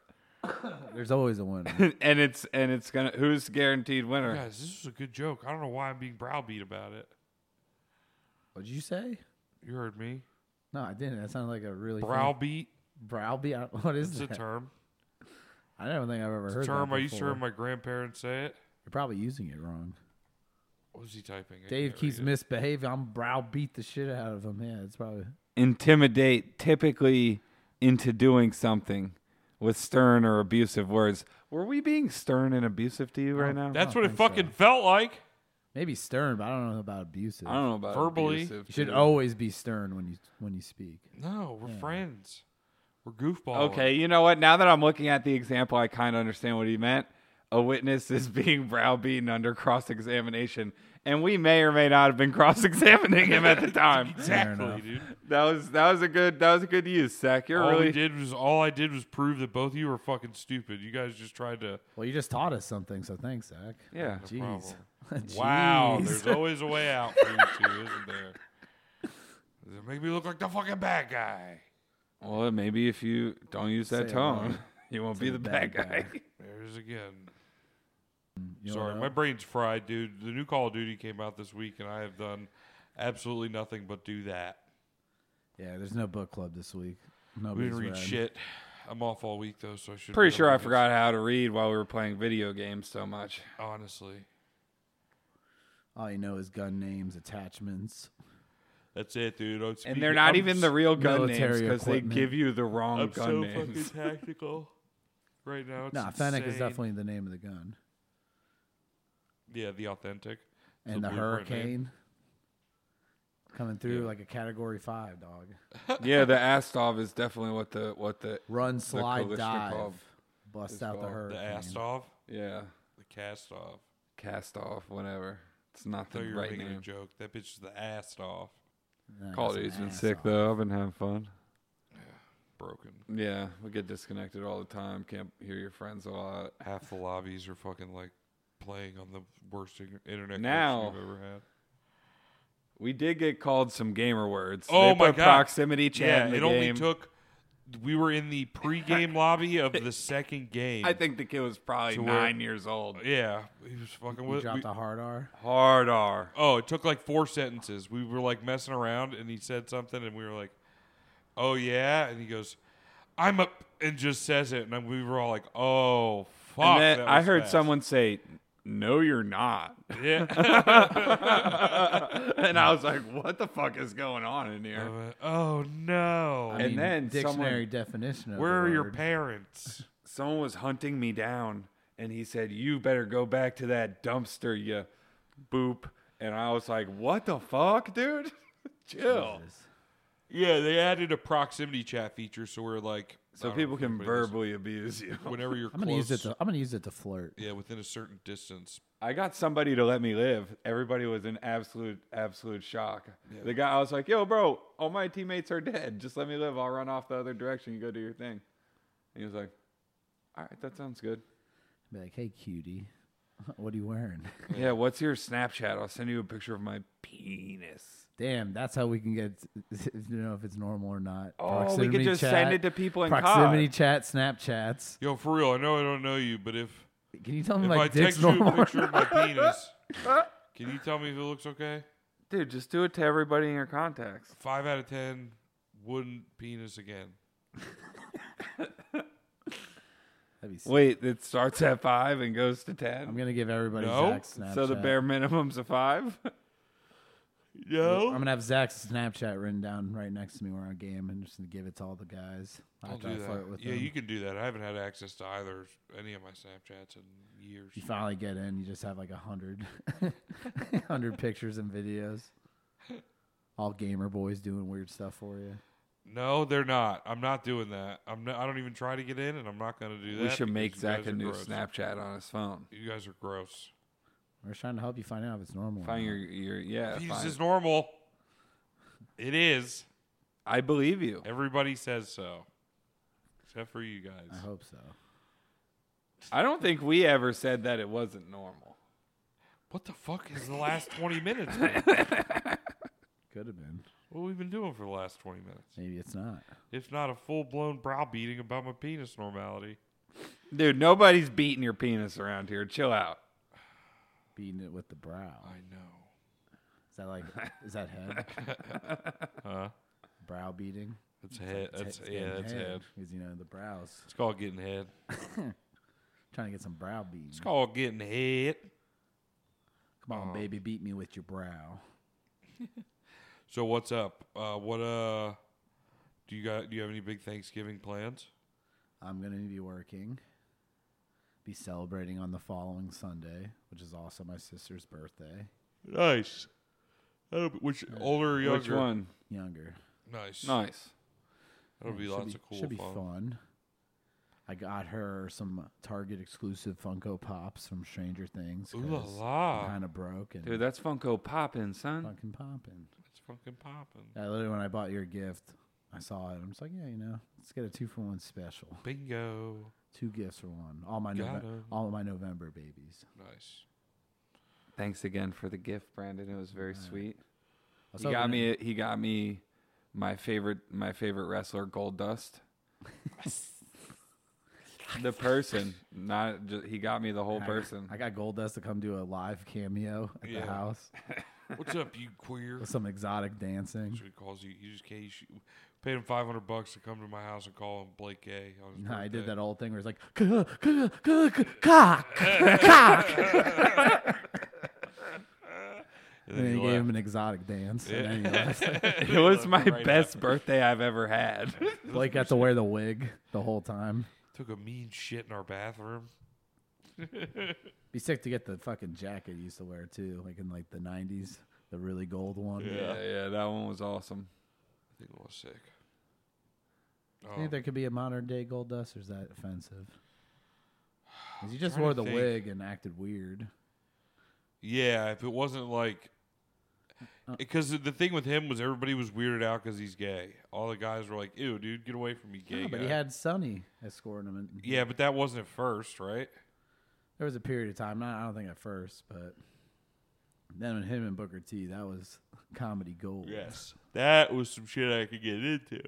Speaker 1: There's always a winner.
Speaker 3: (laughs) and it's and it's gonna who's guaranteed winner?
Speaker 2: Guys, this was a good joke. I don't know why I'm being browbeat about it.
Speaker 1: What'd you say?
Speaker 2: You heard me.
Speaker 1: No, I didn't. That sounded like a really funny-
Speaker 2: Browbeat
Speaker 1: browbeat. I- What is (laughs)
Speaker 2: is a
Speaker 1: that?
Speaker 2: term.
Speaker 1: I don't think I've ever heard
Speaker 2: term
Speaker 1: that
Speaker 2: I used to
Speaker 1: before.
Speaker 2: hear my grandparents say it.
Speaker 1: You're probably using it wrong.
Speaker 2: What was he typing? I
Speaker 1: Dave
Speaker 2: can't
Speaker 1: keeps
Speaker 2: read it.
Speaker 1: misbehaving. I'm browbeat the shit out of him. Yeah, it's probably
Speaker 3: Intimidate typically into doing something. with stern or abusive words. Were we being stern and abusive to you right now?
Speaker 2: That's
Speaker 1: don't
Speaker 2: what it
Speaker 1: think so.
Speaker 2: fucking felt like.
Speaker 1: Maybe stern, but I don't know about abusive.
Speaker 3: I don't know about
Speaker 2: Verbally.
Speaker 3: abusive
Speaker 1: You should
Speaker 3: too.
Speaker 1: always be stern when you when you speak.
Speaker 2: No, we're friends. We're goofballs.
Speaker 3: Okay, you know what? Now that I'm looking at the example, I kind of understand what he meant. A witness is (laughs) being browbeaten under cross examination, and we may or may not have been cross examining him at the time.
Speaker 2: Exactly,
Speaker 1: enough.
Speaker 2: dude.
Speaker 3: That was that was a good that was a good use, Zach. You're
Speaker 2: All we
Speaker 3: really
Speaker 2: did was all I did was prove that both of you were fucking stupid. You guys just tried to.
Speaker 1: Well, you just taught us something, so thanks, Zach.
Speaker 3: yeah.
Speaker 1: (laughs) Jeez.
Speaker 2: Wow,
Speaker 1: Jeez.
Speaker 2: there's always a way out for you two, isn't there? Does it make me look like the fucking bad guy?
Speaker 3: Well, maybe if you don't use that
Speaker 1: Say
Speaker 3: tone,
Speaker 1: hello.
Speaker 3: (laughs) you won't be the bad, guy.
Speaker 2: There's again.
Speaker 1: You don't
Speaker 2: Sorry,
Speaker 1: know?
Speaker 2: my brain's fried, dude. The new Call of Duty came out this week, and I have done absolutely nothing but do that.
Speaker 1: yeah. There's no book club this week.
Speaker 2: We
Speaker 1: Nobody's
Speaker 2: didn't read
Speaker 1: read.
Speaker 2: shit. I'm off all week though, so I should.
Speaker 3: Pretty sure I forgot how to read while we were playing video games so much.
Speaker 2: Honestly,
Speaker 1: All you know is gun names, attachments.
Speaker 2: that's it, dude. I'm
Speaker 3: And
Speaker 2: speaking-
Speaker 3: they're not
Speaker 2: I'm
Speaker 3: even
Speaker 2: s-
Speaker 3: the real gun names
Speaker 1: military
Speaker 3: because they
Speaker 1: equipment.
Speaker 3: give you the wrong
Speaker 2: I'm
Speaker 3: gun
Speaker 2: so
Speaker 3: names.
Speaker 2: fucking tactical right now. It's
Speaker 1: Nah, Fennec is
Speaker 2: insane.
Speaker 1: definitely the name of the gun.
Speaker 2: yeah, the authentic It's
Speaker 1: And
Speaker 2: a
Speaker 1: the
Speaker 2: blueprint name.
Speaker 1: hurricane coming through like a category five dog.
Speaker 3: yeah, the Astov is definitely what the what the
Speaker 1: Run, slide,
Speaker 3: Kalashnikov
Speaker 1: dive, bust out the
Speaker 3: called the
Speaker 2: The
Speaker 1: hurricane.
Speaker 2: ass off,
Speaker 3: yeah
Speaker 2: the cast off.
Speaker 3: cast off whatever. It's
Speaker 2: I
Speaker 3: not
Speaker 2: thought
Speaker 3: the
Speaker 2: you were
Speaker 3: right
Speaker 2: making a
Speaker 3: name.
Speaker 2: joke. That bitch is the ass off.
Speaker 1: Nah,
Speaker 3: Call of
Speaker 1: that's an
Speaker 3: Duty's been
Speaker 1: ass
Speaker 3: sick
Speaker 1: off.
Speaker 3: though. I've been having fun.
Speaker 2: Broken.
Speaker 3: Yeah, we get disconnected all the time. Can't hear your friends a lot.
Speaker 2: Half the lobbies are fucking like playing on the worst in- internet
Speaker 3: Now-
Speaker 2: connection I've ever had.
Speaker 3: We did get called some gamer words.
Speaker 2: Oh
Speaker 3: They
Speaker 2: my
Speaker 3: put
Speaker 2: God.
Speaker 3: Proximity chat.
Speaker 2: Yeah,
Speaker 3: in
Speaker 2: it
Speaker 3: the
Speaker 2: only
Speaker 3: game.
Speaker 2: took. We were in the
Speaker 3: (laughs)
Speaker 2: pregame lobby of the second game.
Speaker 3: I think the kid was probably
Speaker 2: To where-
Speaker 3: nine years old.
Speaker 2: Yeah, he was fucking
Speaker 1: You
Speaker 2: with.
Speaker 1: dropped
Speaker 2: we-
Speaker 1: a hard R.
Speaker 3: Hard R.
Speaker 2: oh, it took like four sentences. We were like messing around, and he said something, and we were like, "Oh yeah," and he goes, "I'm up," and just says it, and then we were all like, "Oh fuck!"
Speaker 3: and then
Speaker 2: that
Speaker 3: I
Speaker 2: was
Speaker 3: heard
Speaker 2: fast."
Speaker 3: someone say, "No, you're not," (laughs)
Speaker 2: Yeah. (laughs)
Speaker 3: and I was like, "What the fuck is going on in here?"
Speaker 2: I went, oh no!
Speaker 1: I
Speaker 3: And
Speaker 1: mean,
Speaker 3: then
Speaker 1: dictionary definition of the
Speaker 2: Where are your
Speaker 1: word.
Speaker 2: parents?
Speaker 3: Someone was hunting me down, and he said, "You better go back to that dumpster, you boop." And I was like, "What the fuck, dude? (laughs) Chill."
Speaker 1: Jesus.
Speaker 2: (laughs) yeah, they added a proximity chat feature, so we're like, I
Speaker 3: So
Speaker 2: don't
Speaker 3: people
Speaker 2: know if
Speaker 3: can
Speaker 2: anybody
Speaker 3: verbally abuse you.
Speaker 2: listens. whenever you're
Speaker 1: I'm gonna
Speaker 2: close.
Speaker 1: use it to I'm gonna use it to flirt.
Speaker 2: yeah, within a certain distance.
Speaker 3: I got somebody to let me live. Everybody was in absolute, absolute shock. The guy, I was like, yo, bro, all my teammates are dead. Just let me live. I'll run off the other direction. You go do your thing. And he was like, all right, that sounds good.
Speaker 1: Be like, hey cutie, (laughs) what are you wearing? (laughs)
Speaker 3: Yeah, what's your Snapchat? I'll send you a picture of my penis.
Speaker 1: Damn, that's how we can get (laughs) you know if it's normal or not.
Speaker 3: Oh, we could just send it to people in
Speaker 1: proximity
Speaker 3: COD.
Speaker 1: chat, Snapchats.
Speaker 2: Yo, for real, I know I don't know you, but if
Speaker 1: Can you tell me
Speaker 2: if
Speaker 1: my
Speaker 2: I
Speaker 1: dick's
Speaker 2: text you
Speaker 1: normal?
Speaker 2: a
Speaker 1: or
Speaker 2: picture of my (laughs) penis, can you tell me if it looks okay?
Speaker 3: Dude, just do it to everybody in your contacts.
Speaker 2: Five out of ten, wooden penis again.
Speaker 1: (laughs) That'd be sick.
Speaker 3: Wait, it starts at five and goes to 10.
Speaker 1: I'm gonna give everybody
Speaker 2: No?
Speaker 1: Zach's Snapchat.
Speaker 3: so the bare minimum's
Speaker 2: (laughs)
Speaker 3: a five?
Speaker 2: Yo,
Speaker 1: I'm gonna have Zach's Snapchat written down right next to me. We're on game and just give it to all the guys. I
Speaker 2: I'll
Speaker 1: try
Speaker 2: do
Speaker 1: to flirt
Speaker 2: that.
Speaker 1: with
Speaker 2: Yeah,
Speaker 1: them.
Speaker 2: you can do that. I haven't had access to either any of my Snapchats in years.
Speaker 1: You finally get in, you just have like a hundred, (laughs) hundred pictures and videos. All gamer boys doing weird stuff for you.
Speaker 2: No, they're not. I'm not doing that. I'm not, I don't even try to get in, and I'm not going to do that.
Speaker 3: We should
Speaker 2: because
Speaker 3: make
Speaker 2: you
Speaker 3: Zach
Speaker 2: guys
Speaker 3: a
Speaker 2: are
Speaker 3: new
Speaker 2: gross.
Speaker 3: Snapchat on his phone.
Speaker 2: You guys are gross.
Speaker 1: We're just trying to help you find out if it's normal. or
Speaker 3: Find
Speaker 2: Mm-hmm.
Speaker 1: not.
Speaker 3: your, your yeah.
Speaker 2: Penis
Speaker 3: find-
Speaker 2: is normal. It is.
Speaker 3: I believe you.
Speaker 2: Everybody says so, except for you
Speaker 1: I
Speaker 2: guys.
Speaker 1: hope so.
Speaker 3: I don't think we ever said that it wasn't normal.
Speaker 2: What the fuck is the last 20
Speaker 3: (laughs)
Speaker 2: minutes? been?
Speaker 1: Could have been.
Speaker 2: what have we been doing for the last 20 minutes?
Speaker 1: Maybe it's not.
Speaker 2: If not a full blown browbeating about my penis normality.
Speaker 3: Dude, nobody's beating your penis around here. Chill out.
Speaker 1: Beating it with the brow.
Speaker 2: I know.
Speaker 1: Is that like? is that head?
Speaker 2: (laughs) Huh?
Speaker 1: Brow beating.
Speaker 2: That's head. That's
Speaker 1: It's
Speaker 2: yeah.
Speaker 1: getting
Speaker 2: That's head.
Speaker 1: Because you know the brows.
Speaker 2: It's called getting head.
Speaker 1: Trying to get some brow beating.
Speaker 2: It's called getting head.
Speaker 1: Come
Speaker 2: uh-huh.
Speaker 1: on, baby, beat me with your brow.
Speaker 2: So what's up? Uh, what uh? Do you got? Do you have any big Thanksgiving plans?
Speaker 1: I'm going to be working, be celebrating on the following Sunday, which is also my sister's birthday.
Speaker 2: Nice. That'll be, which older or younger?
Speaker 3: Which one?
Speaker 1: Younger.
Speaker 2: Nice.
Speaker 3: Nice.
Speaker 2: That'll be
Speaker 1: Should be-
Speaker 2: lots of cool
Speaker 1: Should be
Speaker 2: fun.
Speaker 1: fun. I got her some Target exclusive Funko Pops from Stranger Things.
Speaker 2: Ooh la la.
Speaker 1: Kind of broke and
Speaker 3: Dude, that's Funko poppin', son.
Speaker 1: fucking popping.
Speaker 2: It's fucking popping.
Speaker 1: I literally when I bought your gift, I saw it. I'm just like, yeah, you know, let's get a two for one special.
Speaker 2: Bingo.
Speaker 1: Two gifts for one. All my
Speaker 2: Got
Speaker 1: November,
Speaker 2: 'em.
Speaker 1: all my November babies.
Speaker 2: Nice.
Speaker 3: Thanks again for the gift, Brandon. It was very sweet.
Speaker 1: I was
Speaker 3: He got
Speaker 1: hoping it-
Speaker 3: me. He got me my favorite. My favorite wrestler, Gold
Speaker 1: (laughs)
Speaker 3: Dust. the person, not just, he got me the whole person.
Speaker 1: I got Gold Dust to come do a live cameo at
Speaker 2: Yeah.
Speaker 1: the house
Speaker 2: What's up, you (laughs) queer?
Speaker 1: with some exotic dancing.
Speaker 2: That's what he calls you. You just can't. You should- paid him five hundred bucks to come to my house and call him Blake Gay. On his
Speaker 1: I did
Speaker 2: birthday.
Speaker 1: that old thing where it's like "Cuh, cuh, cuh, cuh, cock,
Speaker 2: (laughs)
Speaker 1: cock.
Speaker 2: And
Speaker 1: And
Speaker 2: then
Speaker 1: they
Speaker 2: he
Speaker 1: gave him
Speaker 2: left.
Speaker 1: an exotic dance. And then he
Speaker 2: (laughs)
Speaker 1: left.
Speaker 3: It was my
Speaker 2: right
Speaker 3: best birthday I've ever had.
Speaker 1: (laughs) Blake got to wear the wig the whole time.
Speaker 2: Took a mean shit in our bathroom.
Speaker 1: Be sick to get the fucking jacket you used to wear too, like in like the '90s, the really gold one.
Speaker 3: yeah, yeah, that one was awesome.
Speaker 2: I think it was sick. Oh,
Speaker 1: I think there could be a modern day gold dust, or is that offensive? 'Cause you just
Speaker 2: Trying to
Speaker 1: wore the
Speaker 2: think.
Speaker 1: wig and acted weird.
Speaker 2: Yeah, if it wasn't like,
Speaker 1: Uh,
Speaker 2: because the thing with him was everybody was weirded out because he's gay. All the guys were like, "Ew, dude, get away from me, gay."
Speaker 1: No, but he
Speaker 2: guy."
Speaker 1: had Sonny escorting him. And
Speaker 2: Yeah, but that wasn't at first, right?
Speaker 1: There was a period of time. Not, I don't think at first, but then with him and Booker T, that was comedy gold.
Speaker 2: that was some shit I could get into.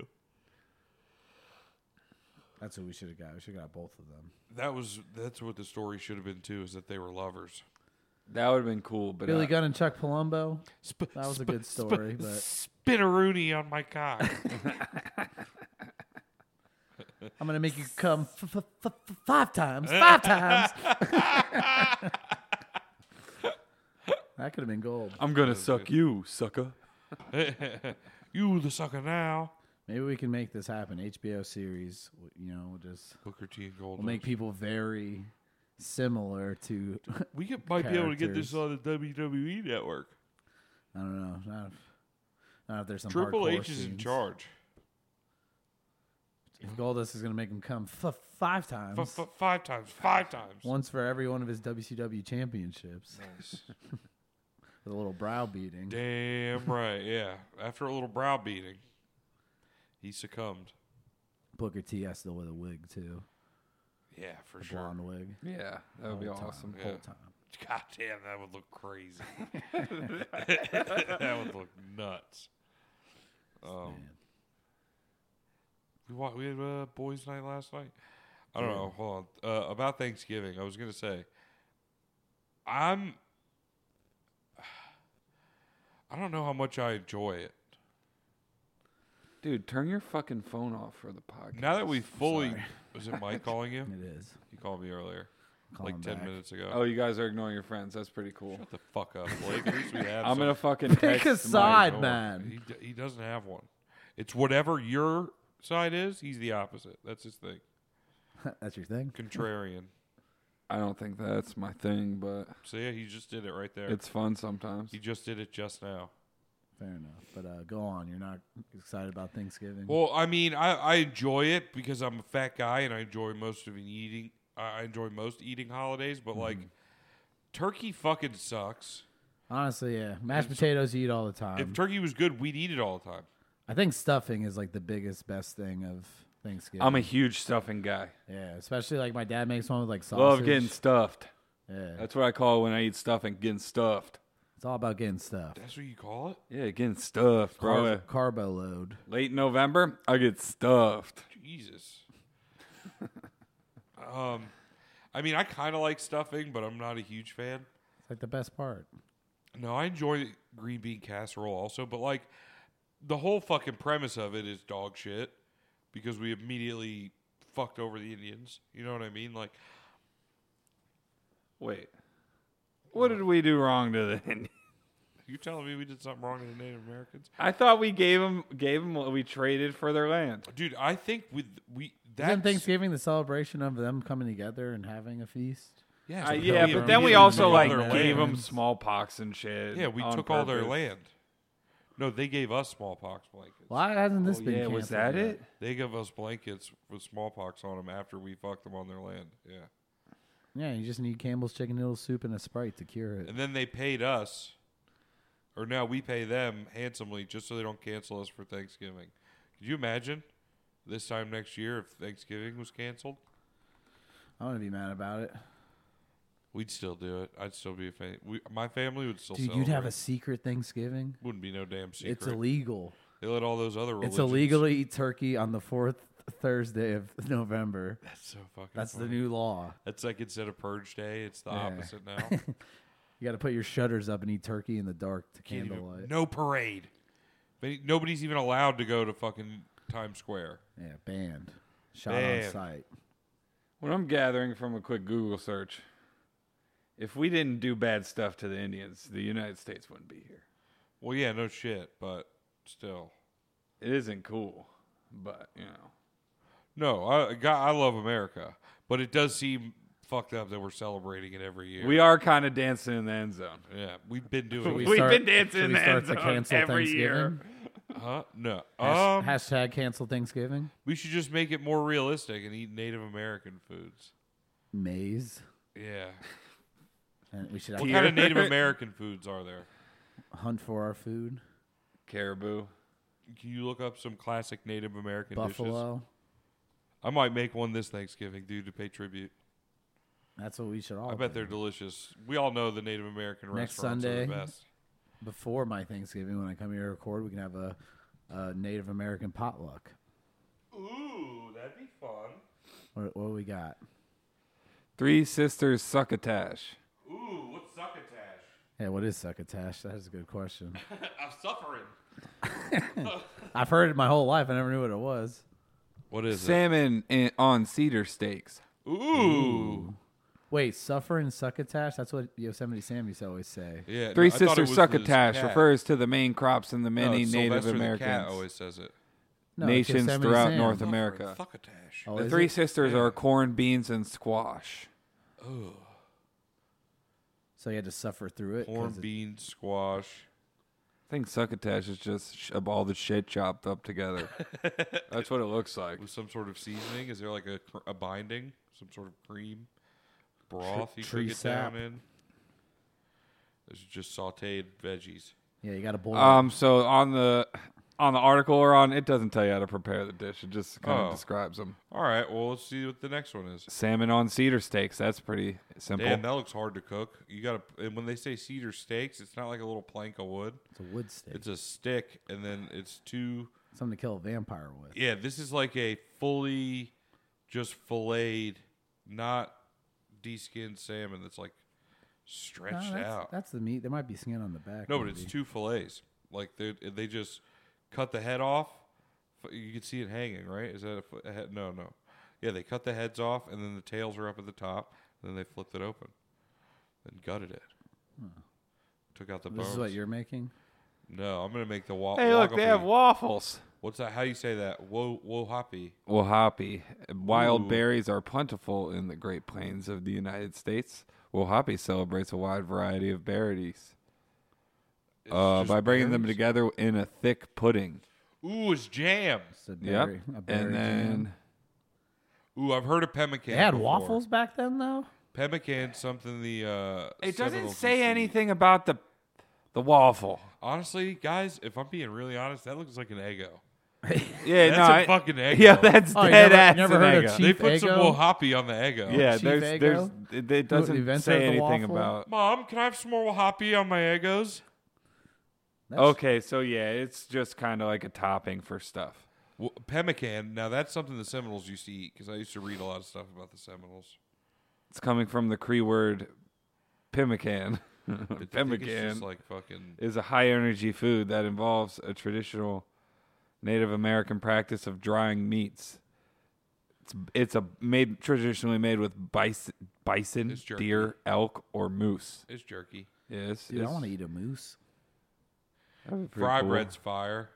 Speaker 1: that's what we should have got. We should have got both of them.
Speaker 2: That was that's what the story should have been too. Is that they were lovers.
Speaker 3: That would have been cool, but
Speaker 1: Billy
Speaker 3: uh,
Speaker 1: Gunn and Chuck Palumbo.
Speaker 2: Sp-
Speaker 1: That was a good story, but
Speaker 2: Spinneroonie on
Speaker 1: (laughs)
Speaker 2: my cock.
Speaker 1: I'm gonna make you come f- f- f- f- five
Speaker 2: (laughs)
Speaker 1: times, five times. that could have been gold.
Speaker 3: I'm gonna suck you, sucker.
Speaker 2: you the sucker now.
Speaker 1: Maybe we can make this happen. HBO series, w- you know, we'll just
Speaker 2: Booker T and Gold.
Speaker 1: we'll make people very similar to. (laughs)
Speaker 2: we could, might be able to get this
Speaker 1: characters.
Speaker 2: on the WWE network.
Speaker 1: I don't know. Not if, not if there's some
Speaker 2: Triple
Speaker 1: hardcore
Speaker 2: H is in
Speaker 1: scenes.
Speaker 2: charge.
Speaker 1: If Goldust is gonna make him come f- five times,
Speaker 2: F- f- five times, five times.
Speaker 1: once for every one of his WCW championships,
Speaker 2: Nice.
Speaker 1: (laughs) with a little brow beating.
Speaker 2: Damn right, yeah. After a little brow beating, he succumbed.
Speaker 1: Booker T has to wear the wig too,
Speaker 2: Yeah, for
Speaker 1: the
Speaker 2: sure.
Speaker 1: blonde wig.
Speaker 3: Yeah, that would be awesome.
Speaker 1: Whole time.
Speaker 2: God damn, that would look
Speaker 1: (laughs)
Speaker 2: crazy. (laughs) that would look nuts. Um, we wa- we had uh, boys' night last night. I don't know. Hold on. Uh, about Thanksgiving, I was gonna say, I'm. I don't know how much I enjoy it.
Speaker 3: Dude, turn your fucking phone off for the podcast.
Speaker 2: Now that we fully, (laughs) was it Mike
Speaker 1: (laughs)
Speaker 2: calling you?
Speaker 1: It is.
Speaker 2: You called me earlier,
Speaker 1: Call
Speaker 2: like
Speaker 1: him
Speaker 2: ten
Speaker 1: back.
Speaker 2: minutes ago.
Speaker 3: Oh, you guys are ignoring your friends. That's pretty cool.
Speaker 2: Shut the fuck up, Blake. At least we have.
Speaker 3: I'm gonna
Speaker 2: something.
Speaker 3: fucking
Speaker 1: Pick
Speaker 3: text
Speaker 1: a
Speaker 3: Mike.
Speaker 1: side,
Speaker 2: No,
Speaker 1: man.
Speaker 2: He, d- he doesn't have one. It's whatever your side is. He's the opposite. That's his thing.
Speaker 1: (laughs) That's your thing.
Speaker 2: Contrarian.
Speaker 3: I don't think that's my thing, but
Speaker 2: So yeah, he just did it right there.
Speaker 3: it's fun sometimes.
Speaker 2: he just did it just now.
Speaker 1: Fair enough. But uh, go on. You're not excited about Thanksgiving.
Speaker 2: Well, I mean, I, I enjoy it because I'm a fat guy and I enjoy most of an eating. I I enjoy most eating holidays, but like, turkey fucking sucks.
Speaker 1: Honestly, yeah. Mashed potatoes you eat all the
Speaker 2: If
Speaker 1: time.
Speaker 2: turkey was good, we'd eat it all the time.
Speaker 1: I think stuffing is like the biggest best thing of Thanksgiving.
Speaker 3: I'm a huge stuffing guy.
Speaker 1: yeah, especially like my dad makes one with like sausage.
Speaker 3: Love getting stuffed.
Speaker 1: yeah,
Speaker 3: That's what I call it when I eat stuffing. Getting stuffed.
Speaker 1: it's all about getting stuffed.
Speaker 2: That's what you call it.
Speaker 3: Yeah, getting stuffed, bro.
Speaker 1: Carb- carbo load.
Speaker 3: Late November, I get stuffed.
Speaker 2: Jesus. um, I mean, I kind of like stuffing, but I'm not a huge fan.
Speaker 1: It's like the best part.
Speaker 2: No, I enjoy green bean casserole also, but like the whole fucking premise of it is dog shit because we immediately fucked over the Indians. You know what I mean? Like,
Speaker 3: Wait, what did we do wrong to the (laughs) Indians?
Speaker 2: you telling me we did something wrong to the Native Americans?
Speaker 3: I thought we gave them, gave them, we traded for their land.
Speaker 2: Dude, I think with we
Speaker 1: Isn't
Speaker 2: That's-
Speaker 1: Thanksgiving the celebration of them coming together and having a feast?
Speaker 2: Yeah,
Speaker 3: I,
Speaker 2: so
Speaker 3: Uh, yeah,
Speaker 1: we-
Speaker 3: but
Speaker 1: we
Speaker 3: then we
Speaker 1: gave
Speaker 3: also
Speaker 1: them
Speaker 3: like
Speaker 1: all their
Speaker 3: gave them
Speaker 1: lands.
Speaker 3: smallpox and shit.
Speaker 2: Yeah, we
Speaker 3: on
Speaker 2: took all their
Speaker 3: purpose.
Speaker 2: land. No, they gave us smallpox blankets.
Speaker 1: Why hasn't
Speaker 3: Oh,
Speaker 1: this been?
Speaker 3: yeah, was that
Speaker 1: canceled yet?
Speaker 3: it?
Speaker 2: They gave us blankets with smallpox on them after we fucked them on their land. Yeah.
Speaker 1: Yeah, you just need Campbell's chicken noodle soup and a sprite to cure it.
Speaker 2: And then they paid us, or now we pay them handsomely just so they don't cancel us for Thanksgiving. Could you imagine this time next year if Thanksgiving was canceled?
Speaker 1: I'm gonna be mad about it,
Speaker 2: We'd still do it. I'd still be a fan. We, my family would still.
Speaker 1: dude. You'd have a
Speaker 2: celebrate.
Speaker 1: secret Thanksgiving.
Speaker 2: Wouldn't be no damn secret.
Speaker 1: It's illegal.
Speaker 2: They let all those other. Religions.
Speaker 1: It's illegal to eat turkey on the fourth Thursday of (laughs) November.
Speaker 2: That's so fucking.
Speaker 1: That's the
Speaker 2: funny.
Speaker 1: new law.
Speaker 2: That's like instead of purge day, it's the
Speaker 1: Yeah.
Speaker 2: opposite
Speaker 1: (laughs)
Speaker 2: now.
Speaker 1: You got to put your shutters up and eat turkey in the dark to
Speaker 2: Can't even-
Speaker 3: (laughs)
Speaker 1: candlelight.
Speaker 2: no parade. But Nobody's even allowed to go to fucking Times Square.
Speaker 1: Yeah, banned. Shot on
Speaker 2: Banned.
Speaker 1: sight.
Speaker 3: What I'm gathering from a quick Google search, if we didn't do bad stuff to the Indians, the United States wouldn't be here.
Speaker 2: Well, yeah, no shit, but still.
Speaker 3: It isn't cool, but you know.
Speaker 2: No, I God, I love America, but it does seem fucked up that we're celebrating it every year.
Speaker 3: We are kind of dancing in the end zone.
Speaker 2: yeah, we've been
Speaker 3: (laughs)
Speaker 2: doing
Speaker 1: we
Speaker 2: it.
Speaker 3: We've
Speaker 1: start-
Speaker 3: been dancing
Speaker 1: should
Speaker 3: in
Speaker 1: we
Speaker 3: the
Speaker 1: start
Speaker 3: end
Speaker 1: to
Speaker 3: zone
Speaker 1: cancel
Speaker 3: every year.
Speaker 1: Thanksgiving?
Speaker 2: Huh? No,
Speaker 1: Hash-
Speaker 2: um,
Speaker 1: hashtag cancel Thanksgiving.
Speaker 2: we should just make it more realistic and eat Native American foods.
Speaker 1: Maize.
Speaker 3: (laughs)
Speaker 2: Yeah,
Speaker 1: And we should
Speaker 2: what
Speaker 1: actually
Speaker 2: kind of Native American foods are there?
Speaker 1: hunt for our food.
Speaker 3: Caribou.
Speaker 2: Can you look up some classic Native American dishes?
Speaker 1: Buffalo.
Speaker 2: I might make one this Thanksgiving, dude, to pay tribute.
Speaker 1: That's what we should all.
Speaker 2: I bet
Speaker 1: do.
Speaker 2: they're delicious. We all know the Native American
Speaker 1: Next
Speaker 2: restaurants are the
Speaker 1: Sunday.
Speaker 2: best.
Speaker 1: before my Thanksgiving when I come here to record, we can have a, a Native American potluck.
Speaker 2: Ooh, that'd be fun.
Speaker 1: What, what we got?
Speaker 3: Three Sisters Succotash.
Speaker 2: Ooh, what's succotash?
Speaker 1: Yeah, what is succotash? That is a good question.
Speaker 2: (laughs) I'm suffering.
Speaker 1: (laughs) I've heard it my whole life. I never knew what it was.
Speaker 2: What is
Speaker 3: Salmon in, on cedar steaks.
Speaker 2: it? Ooh.
Speaker 1: Wait, suffer and succotash? That's what Yosemite Sam used to always say.
Speaker 2: Yeah,
Speaker 3: Three
Speaker 2: no, I thought it
Speaker 3: Sisters
Speaker 2: was this
Speaker 3: Succotash
Speaker 2: cat.
Speaker 3: refers to the main crops in the
Speaker 2: No,
Speaker 3: many
Speaker 2: it's
Speaker 3: Native
Speaker 2: Sylvester the cat
Speaker 3: Americans.
Speaker 2: always says it.
Speaker 1: it's
Speaker 3: Nations
Speaker 1: Yosemite
Speaker 3: throughout
Speaker 1: Sam.
Speaker 3: North Am- America.
Speaker 2: Succotash.
Speaker 1: Oh,
Speaker 3: the
Speaker 1: is
Speaker 3: Three
Speaker 1: it?
Speaker 3: Sisters are corn, beans, and squash.
Speaker 1: So you had to suffer through it. 'cause
Speaker 2: Corn
Speaker 1: it-
Speaker 2: bean squash.
Speaker 3: I think succotash is just sh- all the shit chopped
Speaker 2: (laughs)
Speaker 3: up together. That's what it looks like.
Speaker 2: With some sort of seasoning? Is there like a, cr- a binding? Some sort of cream? Broth you
Speaker 1: tree
Speaker 2: could get
Speaker 1: sap.
Speaker 2: down in? There's just sauteed veggies.
Speaker 1: yeah, you got to boil. it.
Speaker 3: Um, so on the on the article or on it doesn't tell you how to prepare the dish. It just kind
Speaker 2: Oh.
Speaker 3: of describes them.
Speaker 2: All right, well, let's see what the next one is.
Speaker 3: Salmon on cedar steaks. That's pretty simple.
Speaker 2: Damn, that looks hard to cook. You got to, and when they say cedar steaks, it's not like a little plank of wood.
Speaker 1: it's a wood stick.
Speaker 2: It's a stick, and then it's two.
Speaker 1: Something to kill a vampire with.
Speaker 2: Yeah, this is like a fully, just filleted, not de-skinned salmon that's like
Speaker 1: No,
Speaker 2: stretched
Speaker 1: Oh, that's,
Speaker 2: out.
Speaker 1: that's the meat. There might be skin on the back.
Speaker 2: no, but it's
Speaker 1: maybe.
Speaker 2: two fillets. Like they they just cut the head off. F- You can see it hanging, right? Is that a, fi- a head? No, no. Yeah, they cut the heads off, and then the tails are up at the top. And then they flipped it open, then gutted it. Took out the
Speaker 1: Hmm. This
Speaker 2: bones.
Speaker 1: is what you're making.
Speaker 2: no, I'm gonna make the wa-
Speaker 3: hey, look, they have
Speaker 2: wagapi.
Speaker 3: waffles.
Speaker 2: What's that? How do you say that? Wo wo hoppy.
Speaker 3: Well, hoppy. Wild
Speaker 2: Ooh.
Speaker 3: berries are plentiful in the Great Plains of the United States. Well, hoppy celebrates a wide variety of berries uh, by bringing them together in a thick pudding.
Speaker 2: Ooh, it's jam.
Speaker 1: It's a
Speaker 3: Yep.
Speaker 1: berry, a berry
Speaker 3: And then
Speaker 1: jam.
Speaker 2: Ooh, I've heard of pemmican.
Speaker 1: they had
Speaker 2: before.
Speaker 1: waffles back then, though.
Speaker 2: Pemmican, something the. Uh,
Speaker 3: it doesn't
Speaker 2: Seminoles
Speaker 3: say
Speaker 2: used to eat.
Speaker 3: anything about the the waffle.
Speaker 2: Honestly, guys, if I'm being really honest, that looks like an Eggo.
Speaker 3: Yeah,
Speaker 2: That's
Speaker 3: no,
Speaker 2: a
Speaker 3: I-
Speaker 2: fucking egg
Speaker 3: (laughs) Yeah,
Speaker 2: roll.
Speaker 3: that's
Speaker 1: Oh, you
Speaker 3: dead
Speaker 1: never-
Speaker 3: ass
Speaker 1: never
Speaker 3: an
Speaker 1: heard of
Speaker 3: egg roll.
Speaker 1: cheese?
Speaker 2: They put some
Speaker 1: Eggo?
Speaker 2: some Wahapi on the Eggo.
Speaker 3: Yeah,
Speaker 1: Chief
Speaker 3: there's,
Speaker 1: egg
Speaker 3: there's,
Speaker 1: roll?
Speaker 3: it, it doesn't
Speaker 1: inventor of
Speaker 3: say
Speaker 1: the
Speaker 3: anything
Speaker 1: waffle?
Speaker 3: about.
Speaker 2: Mom, can I have some more Wahapi on my Eggos?
Speaker 1: That's-
Speaker 3: Okay, so yeah, it's just kind of like a topping for stuff.
Speaker 2: W pemmican. Now that's something the Seminoles used to eat because I used to read a lot of stuff about the Seminoles.
Speaker 3: It's coming from the Cree word pemmican.
Speaker 2: (laughs) I think It's
Speaker 3: pemmican
Speaker 2: just like fucking.
Speaker 3: is a high energy food that involves a traditional Native American practice of drying meats. It's it's a made traditionally made with bison, bison
Speaker 2: It's jerky.
Speaker 3: deer, elk, or moose.
Speaker 2: It's jerky.
Speaker 3: Yes,
Speaker 1: Dude, I want to eat a moose.
Speaker 2: Fry bread's fire.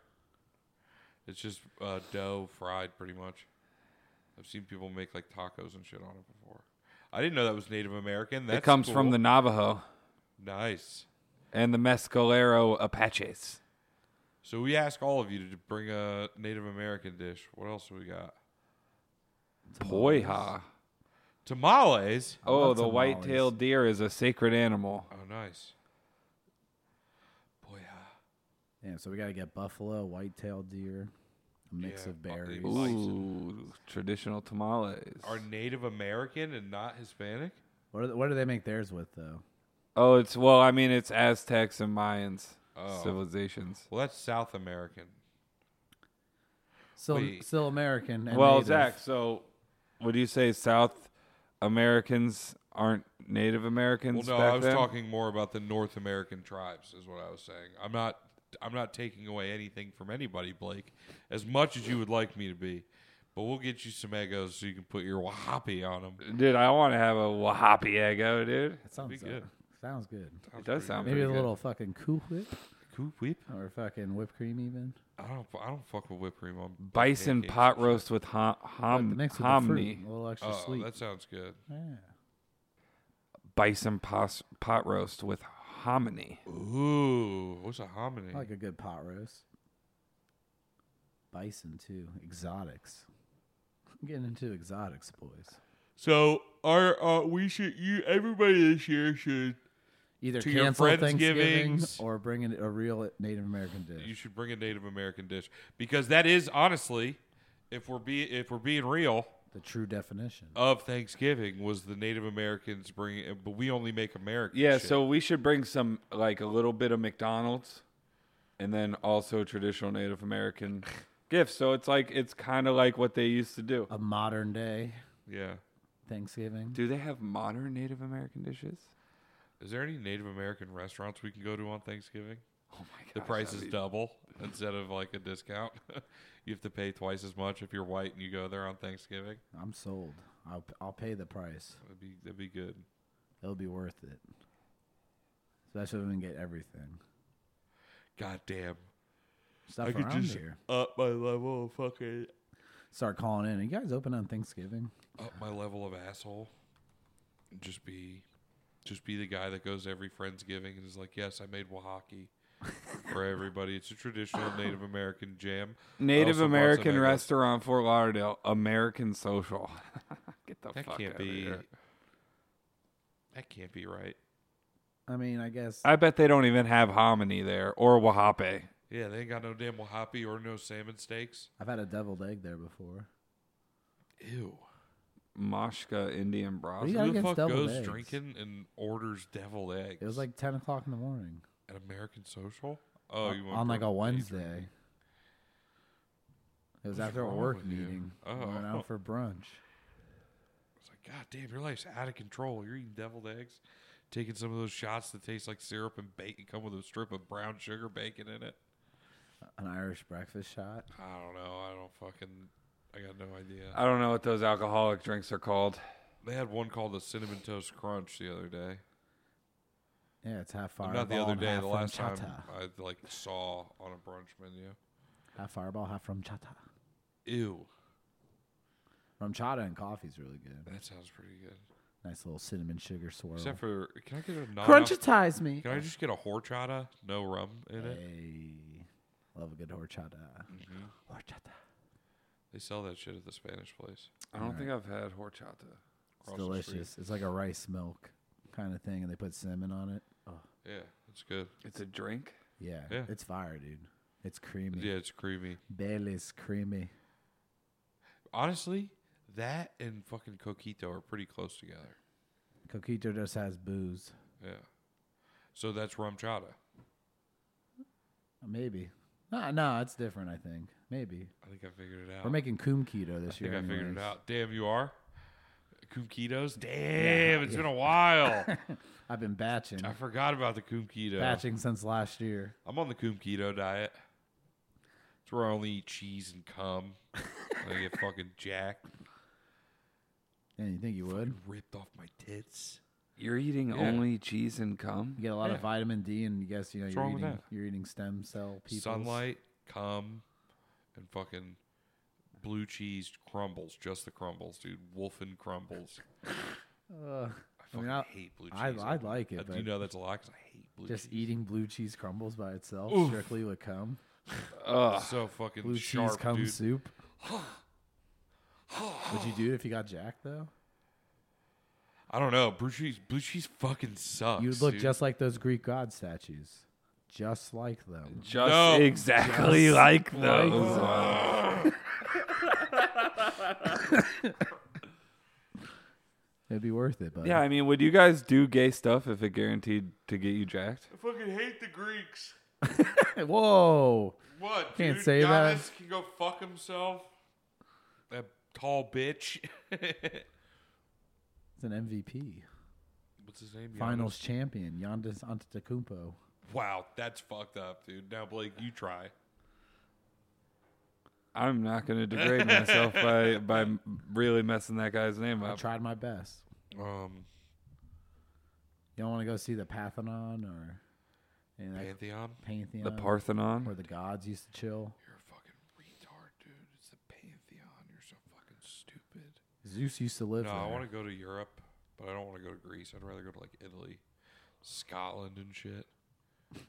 Speaker 2: It's just uh, dough fried, pretty much. I've seen people make like tacos and shit on it before. I didn't know that was Native American. That's
Speaker 3: it comes from
Speaker 2: cool.
Speaker 3: the Navajo
Speaker 2: nice.
Speaker 3: and the Mescalero Apaches.
Speaker 2: So we ask all of you to bring a Native American dish. What else do we got?
Speaker 3: Poiha.
Speaker 2: Tamales.
Speaker 3: Oh,
Speaker 1: love
Speaker 3: the
Speaker 1: tamales.
Speaker 3: white-tailed deer is a sacred animal.
Speaker 2: Oh, nice. Boy, uh,
Speaker 1: Damn, so we got to get buffalo, white-tailed deer, a mix
Speaker 2: Yeah,
Speaker 1: of
Speaker 2: bu- they
Speaker 1: berries.
Speaker 2: Ooh. slice it.
Speaker 3: Ooh, traditional tamales.
Speaker 2: are Native American and not Hispanic?
Speaker 1: What, do- what do they make theirs with though?
Speaker 3: Oh, it's well, I mean, it's Aztecs and Mayans
Speaker 2: Oh.
Speaker 3: civilizations.
Speaker 2: Well, that's South American.
Speaker 1: Still,
Speaker 2: Wait.
Speaker 1: still American. And
Speaker 3: well,
Speaker 1: native.
Speaker 3: Zach, so would you say South Americans aren't Native
Speaker 2: Well,
Speaker 3: Americans?
Speaker 2: no,
Speaker 3: back
Speaker 2: I was
Speaker 3: then?
Speaker 2: talking more about the North American tribes, is what I was saying. I'm not. I'm not taking away anything from anybody, Blake, as much as you would like me to be. But we'll get you some egos so you can put your wahapi on them.
Speaker 3: Dude, I want to have a Wahapi Eggo, dude.
Speaker 1: That sounds
Speaker 2: be good.
Speaker 1: Sounds good.
Speaker 3: It does sound
Speaker 1: Maybe
Speaker 3: pretty
Speaker 1: a
Speaker 3: good.
Speaker 1: little fucking cool whip
Speaker 2: Coop whip.
Speaker 1: or fucking whipped cream even.
Speaker 2: I don't. I don't fuck with whipped cream on
Speaker 3: bison
Speaker 2: pancakes.
Speaker 3: pot roast with hom-
Speaker 1: But
Speaker 3: hom-
Speaker 1: mixed with the fruit,
Speaker 3: hominy.
Speaker 1: a little extra
Speaker 2: Oh,
Speaker 1: sweet.
Speaker 2: that sounds good.
Speaker 1: Yeah.
Speaker 3: Bison pos- pot roast with hominy.
Speaker 2: Ooh, what's a hominy?
Speaker 1: I like a good pot roast. Bison too. Exotics. I'm getting into exotics, boys.
Speaker 2: So our uh, we should you everybody this year should
Speaker 1: Either
Speaker 2: To your
Speaker 1: cancel Thanksgiving
Speaker 2: Friendsgivings.
Speaker 1: or bring in a real Native American dish.
Speaker 2: you should bring a Native American dish because that is honestly, if we're be if we're being real
Speaker 1: the true definition.
Speaker 2: of Thanksgiving was the Native Americans bringing, but we only make American.
Speaker 3: Yeah,
Speaker 2: shit.
Speaker 3: so we should bring some like a little bit of McDonald's and then also traditional Native
Speaker 2: (laughs)
Speaker 3: American gifts. So it's like it's kind of like what they used to do.
Speaker 1: a modern day
Speaker 2: yeah.
Speaker 1: Thanksgiving.
Speaker 3: Do they have modern Native American dishes?
Speaker 2: Is there any Native American restaurants we can go to on Thanksgiving?
Speaker 1: Oh
Speaker 2: The price is double instead of like a discount. (laughs) you have to pay twice as much if you're white and you go there on Thanksgiving.
Speaker 1: I'm sold. I'll I'll pay the price.
Speaker 2: That'd be that'd be good.
Speaker 1: It'll be worth it. Especially when we get everything.
Speaker 2: Goddamn,
Speaker 1: Stuff
Speaker 2: I could
Speaker 1: around
Speaker 2: just
Speaker 1: here.
Speaker 2: up my level of fucking
Speaker 1: Start calling in. Are you guys open on Thanksgiving?
Speaker 2: up my level of asshole. Just be, just be the guy that goes to every friendsgiving and is like, "Yes, I made wahaki for everybody. It's a
Speaker 1: (laughs)
Speaker 2: traditional Native American jam. I
Speaker 3: Native
Speaker 2: also bought some
Speaker 3: American
Speaker 2: mangoes."
Speaker 3: restaurant Fort Lauderdale, American Social. (laughs) Get the
Speaker 2: That
Speaker 3: fuck
Speaker 2: can't
Speaker 3: outta
Speaker 2: be.
Speaker 3: here.
Speaker 2: That can't be right.
Speaker 1: I mean, I guess
Speaker 3: I bet they don't even have hominy there or Wahape.
Speaker 2: Yeah, they ain't got no damn wahaki or no salmon steaks.
Speaker 1: I've had a deviled egg there before.
Speaker 2: Ew.
Speaker 3: Mashka Indian broth.
Speaker 1: you got
Speaker 2: Who the
Speaker 1: against
Speaker 2: fuck
Speaker 1: deviled
Speaker 2: goes
Speaker 1: eggs?
Speaker 2: drinking and orders deviled eggs?
Speaker 1: It was like ten o'clock in the morning
Speaker 2: at American Social. Oh, you went
Speaker 1: on like
Speaker 2: for
Speaker 1: a
Speaker 2: day
Speaker 1: Wednesday.
Speaker 2: drinking.
Speaker 1: It was
Speaker 2: What's
Speaker 1: after a
Speaker 2: wrong
Speaker 1: work
Speaker 2: with you?
Speaker 1: meeting. We went
Speaker 2: Oh.
Speaker 1: out
Speaker 2: (laughs)
Speaker 1: for brunch.
Speaker 2: It's like, God damn, your life's out of control. You're eating deviled eggs, taking some of those shots that taste like syrup and bacon, come with a strip of brown sugar bacon in it.
Speaker 1: An Irish breakfast shot.
Speaker 2: I don't know. I don't fucking. I got no idea.
Speaker 3: I don't know what those alcoholic drinks are called.
Speaker 2: they had one called the cinnamon toast crunch the other day.
Speaker 1: Yeah, it's half fireball.
Speaker 2: Not the other
Speaker 1: and
Speaker 2: day.
Speaker 1: half
Speaker 2: The last time
Speaker 1: Chata.
Speaker 2: I like saw on a brunch menu.
Speaker 1: Half fireball, half from chata.
Speaker 2: Ew,
Speaker 1: From chata and coffee's really good.
Speaker 2: that sounds pretty good.
Speaker 1: Nice little cinnamon sugar swirl.
Speaker 2: Except for, can I get a non-
Speaker 1: Crunchitize me.
Speaker 2: Can I just get a horchata, no rum in it? Mm-hmm.
Speaker 1: Hey, love a good horchata. Horchata.
Speaker 2: They sell that shit at the Spanish place.
Speaker 3: I don't think I've had horchata.
Speaker 1: It's
Speaker 2: Across the street.
Speaker 1: delicious. It's like a rice milk kind of thing, and they put cinnamon on it.
Speaker 2: Yeah, it's good.
Speaker 3: It's a drink.
Speaker 1: Yeah,
Speaker 2: Yeah.
Speaker 1: it's fire, dude. It's creamy.
Speaker 2: Yeah, it's creamy.
Speaker 1: Bailey's creamy.
Speaker 2: Honestly, that and fucking coquito are pretty close together.
Speaker 1: Coquito just has booze.
Speaker 2: Yeah. So that's rum chata.
Speaker 1: Maybe. No, no, it's different. I think maybe
Speaker 2: I think I figured it out.
Speaker 1: we're making cum keto this
Speaker 2: Oh. I think
Speaker 1: year.
Speaker 2: I figured it
Speaker 1: anyways.
Speaker 2: out. Damn, you are. Kumquitos? Damn, it's been
Speaker 1: (laughs)
Speaker 2: a while.
Speaker 1: I've been batching,
Speaker 2: I forgot about the kumquito.
Speaker 1: batching since last year.
Speaker 2: I'm on the kumquito diet. It's where I only eat cheese and cum. (laughs) I get fucking jacked,
Speaker 1: And you think you would?
Speaker 2: ripped off my tits.
Speaker 3: You're eating only cheese and cum?
Speaker 1: You get a lot of vitamin D, and you guess you know you're
Speaker 2: wrong with
Speaker 1: eating
Speaker 2: that?
Speaker 1: you're eating stem cell people.
Speaker 2: sunlight, cum, and fucking blue cheese crumbles, just the crumbles, dude. Wolfen crumbles.
Speaker 1: (laughs)
Speaker 2: I
Speaker 1: I
Speaker 2: fucking
Speaker 1: mean, I,
Speaker 2: hate blue cheese.
Speaker 1: I- I like it,
Speaker 2: I do
Speaker 1: but-
Speaker 2: know that's a lot because I hate blue
Speaker 1: just
Speaker 2: cheese.
Speaker 1: eating blue cheese crumbles by itself strictly would come.
Speaker 2: It's so fucking
Speaker 1: Blue
Speaker 2: sharp,
Speaker 1: cheese cum
Speaker 2: dude. (sighs)
Speaker 1: soup. would you do it if you got jacked though?
Speaker 2: I don't know. Blue cheese, blue cheese fucking sucks.
Speaker 1: You would look
Speaker 2: dude.
Speaker 1: just like those Greek god statues, just like them.
Speaker 3: Just
Speaker 2: No.
Speaker 3: exactly like
Speaker 1: like
Speaker 3: those.
Speaker 1: It'd be worth it, but
Speaker 3: Yeah, I mean, would you guys do gay stuff if it guaranteed to get you jacked?
Speaker 2: I fucking hate the Greeks.
Speaker 1: (laughs) Whoa,
Speaker 2: What?
Speaker 1: Can't
Speaker 2: dude?
Speaker 1: say that.
Speaker 2: Giannis can go fuck himself. That tall bitch.
Speaker 1: (laughs) it's an MVP,
Speaker 2: What's his name?
Speaker 1: Finals
Speaker 2: Giannis?
Speaker 1: champion, Giannis Antetokounmpo.
Speaker 2: Wow, that's fucked up, dude. Now Blake, you try.
Speaker 3: I'm not going to degrade (laughs) myself by by really messing that guy's name
Speaker 1: I
Speaker 3: up.
Speaker 1: tried my best.
Speaker 2: Um,
Speaker 1: You don't want to go see the Parthenon or any of that
Speaker 2: Pantheon.
Speaker 1: Pantheon,
Speaker 3: The Parthenon.
Speaker 1: where the gods used to chill.
Speaker 2: You're a fucking retard, dude. It's the Pantheon. You're so fucking stupid.
Speaker 1: Zeus used to live
Speaker 2: No,
Speaker 1: there.
Speaker 2: I want to go to Europe, but I don't want to go to Greece. I'd rather go to like Italy, Scotland, and shit. (laughs)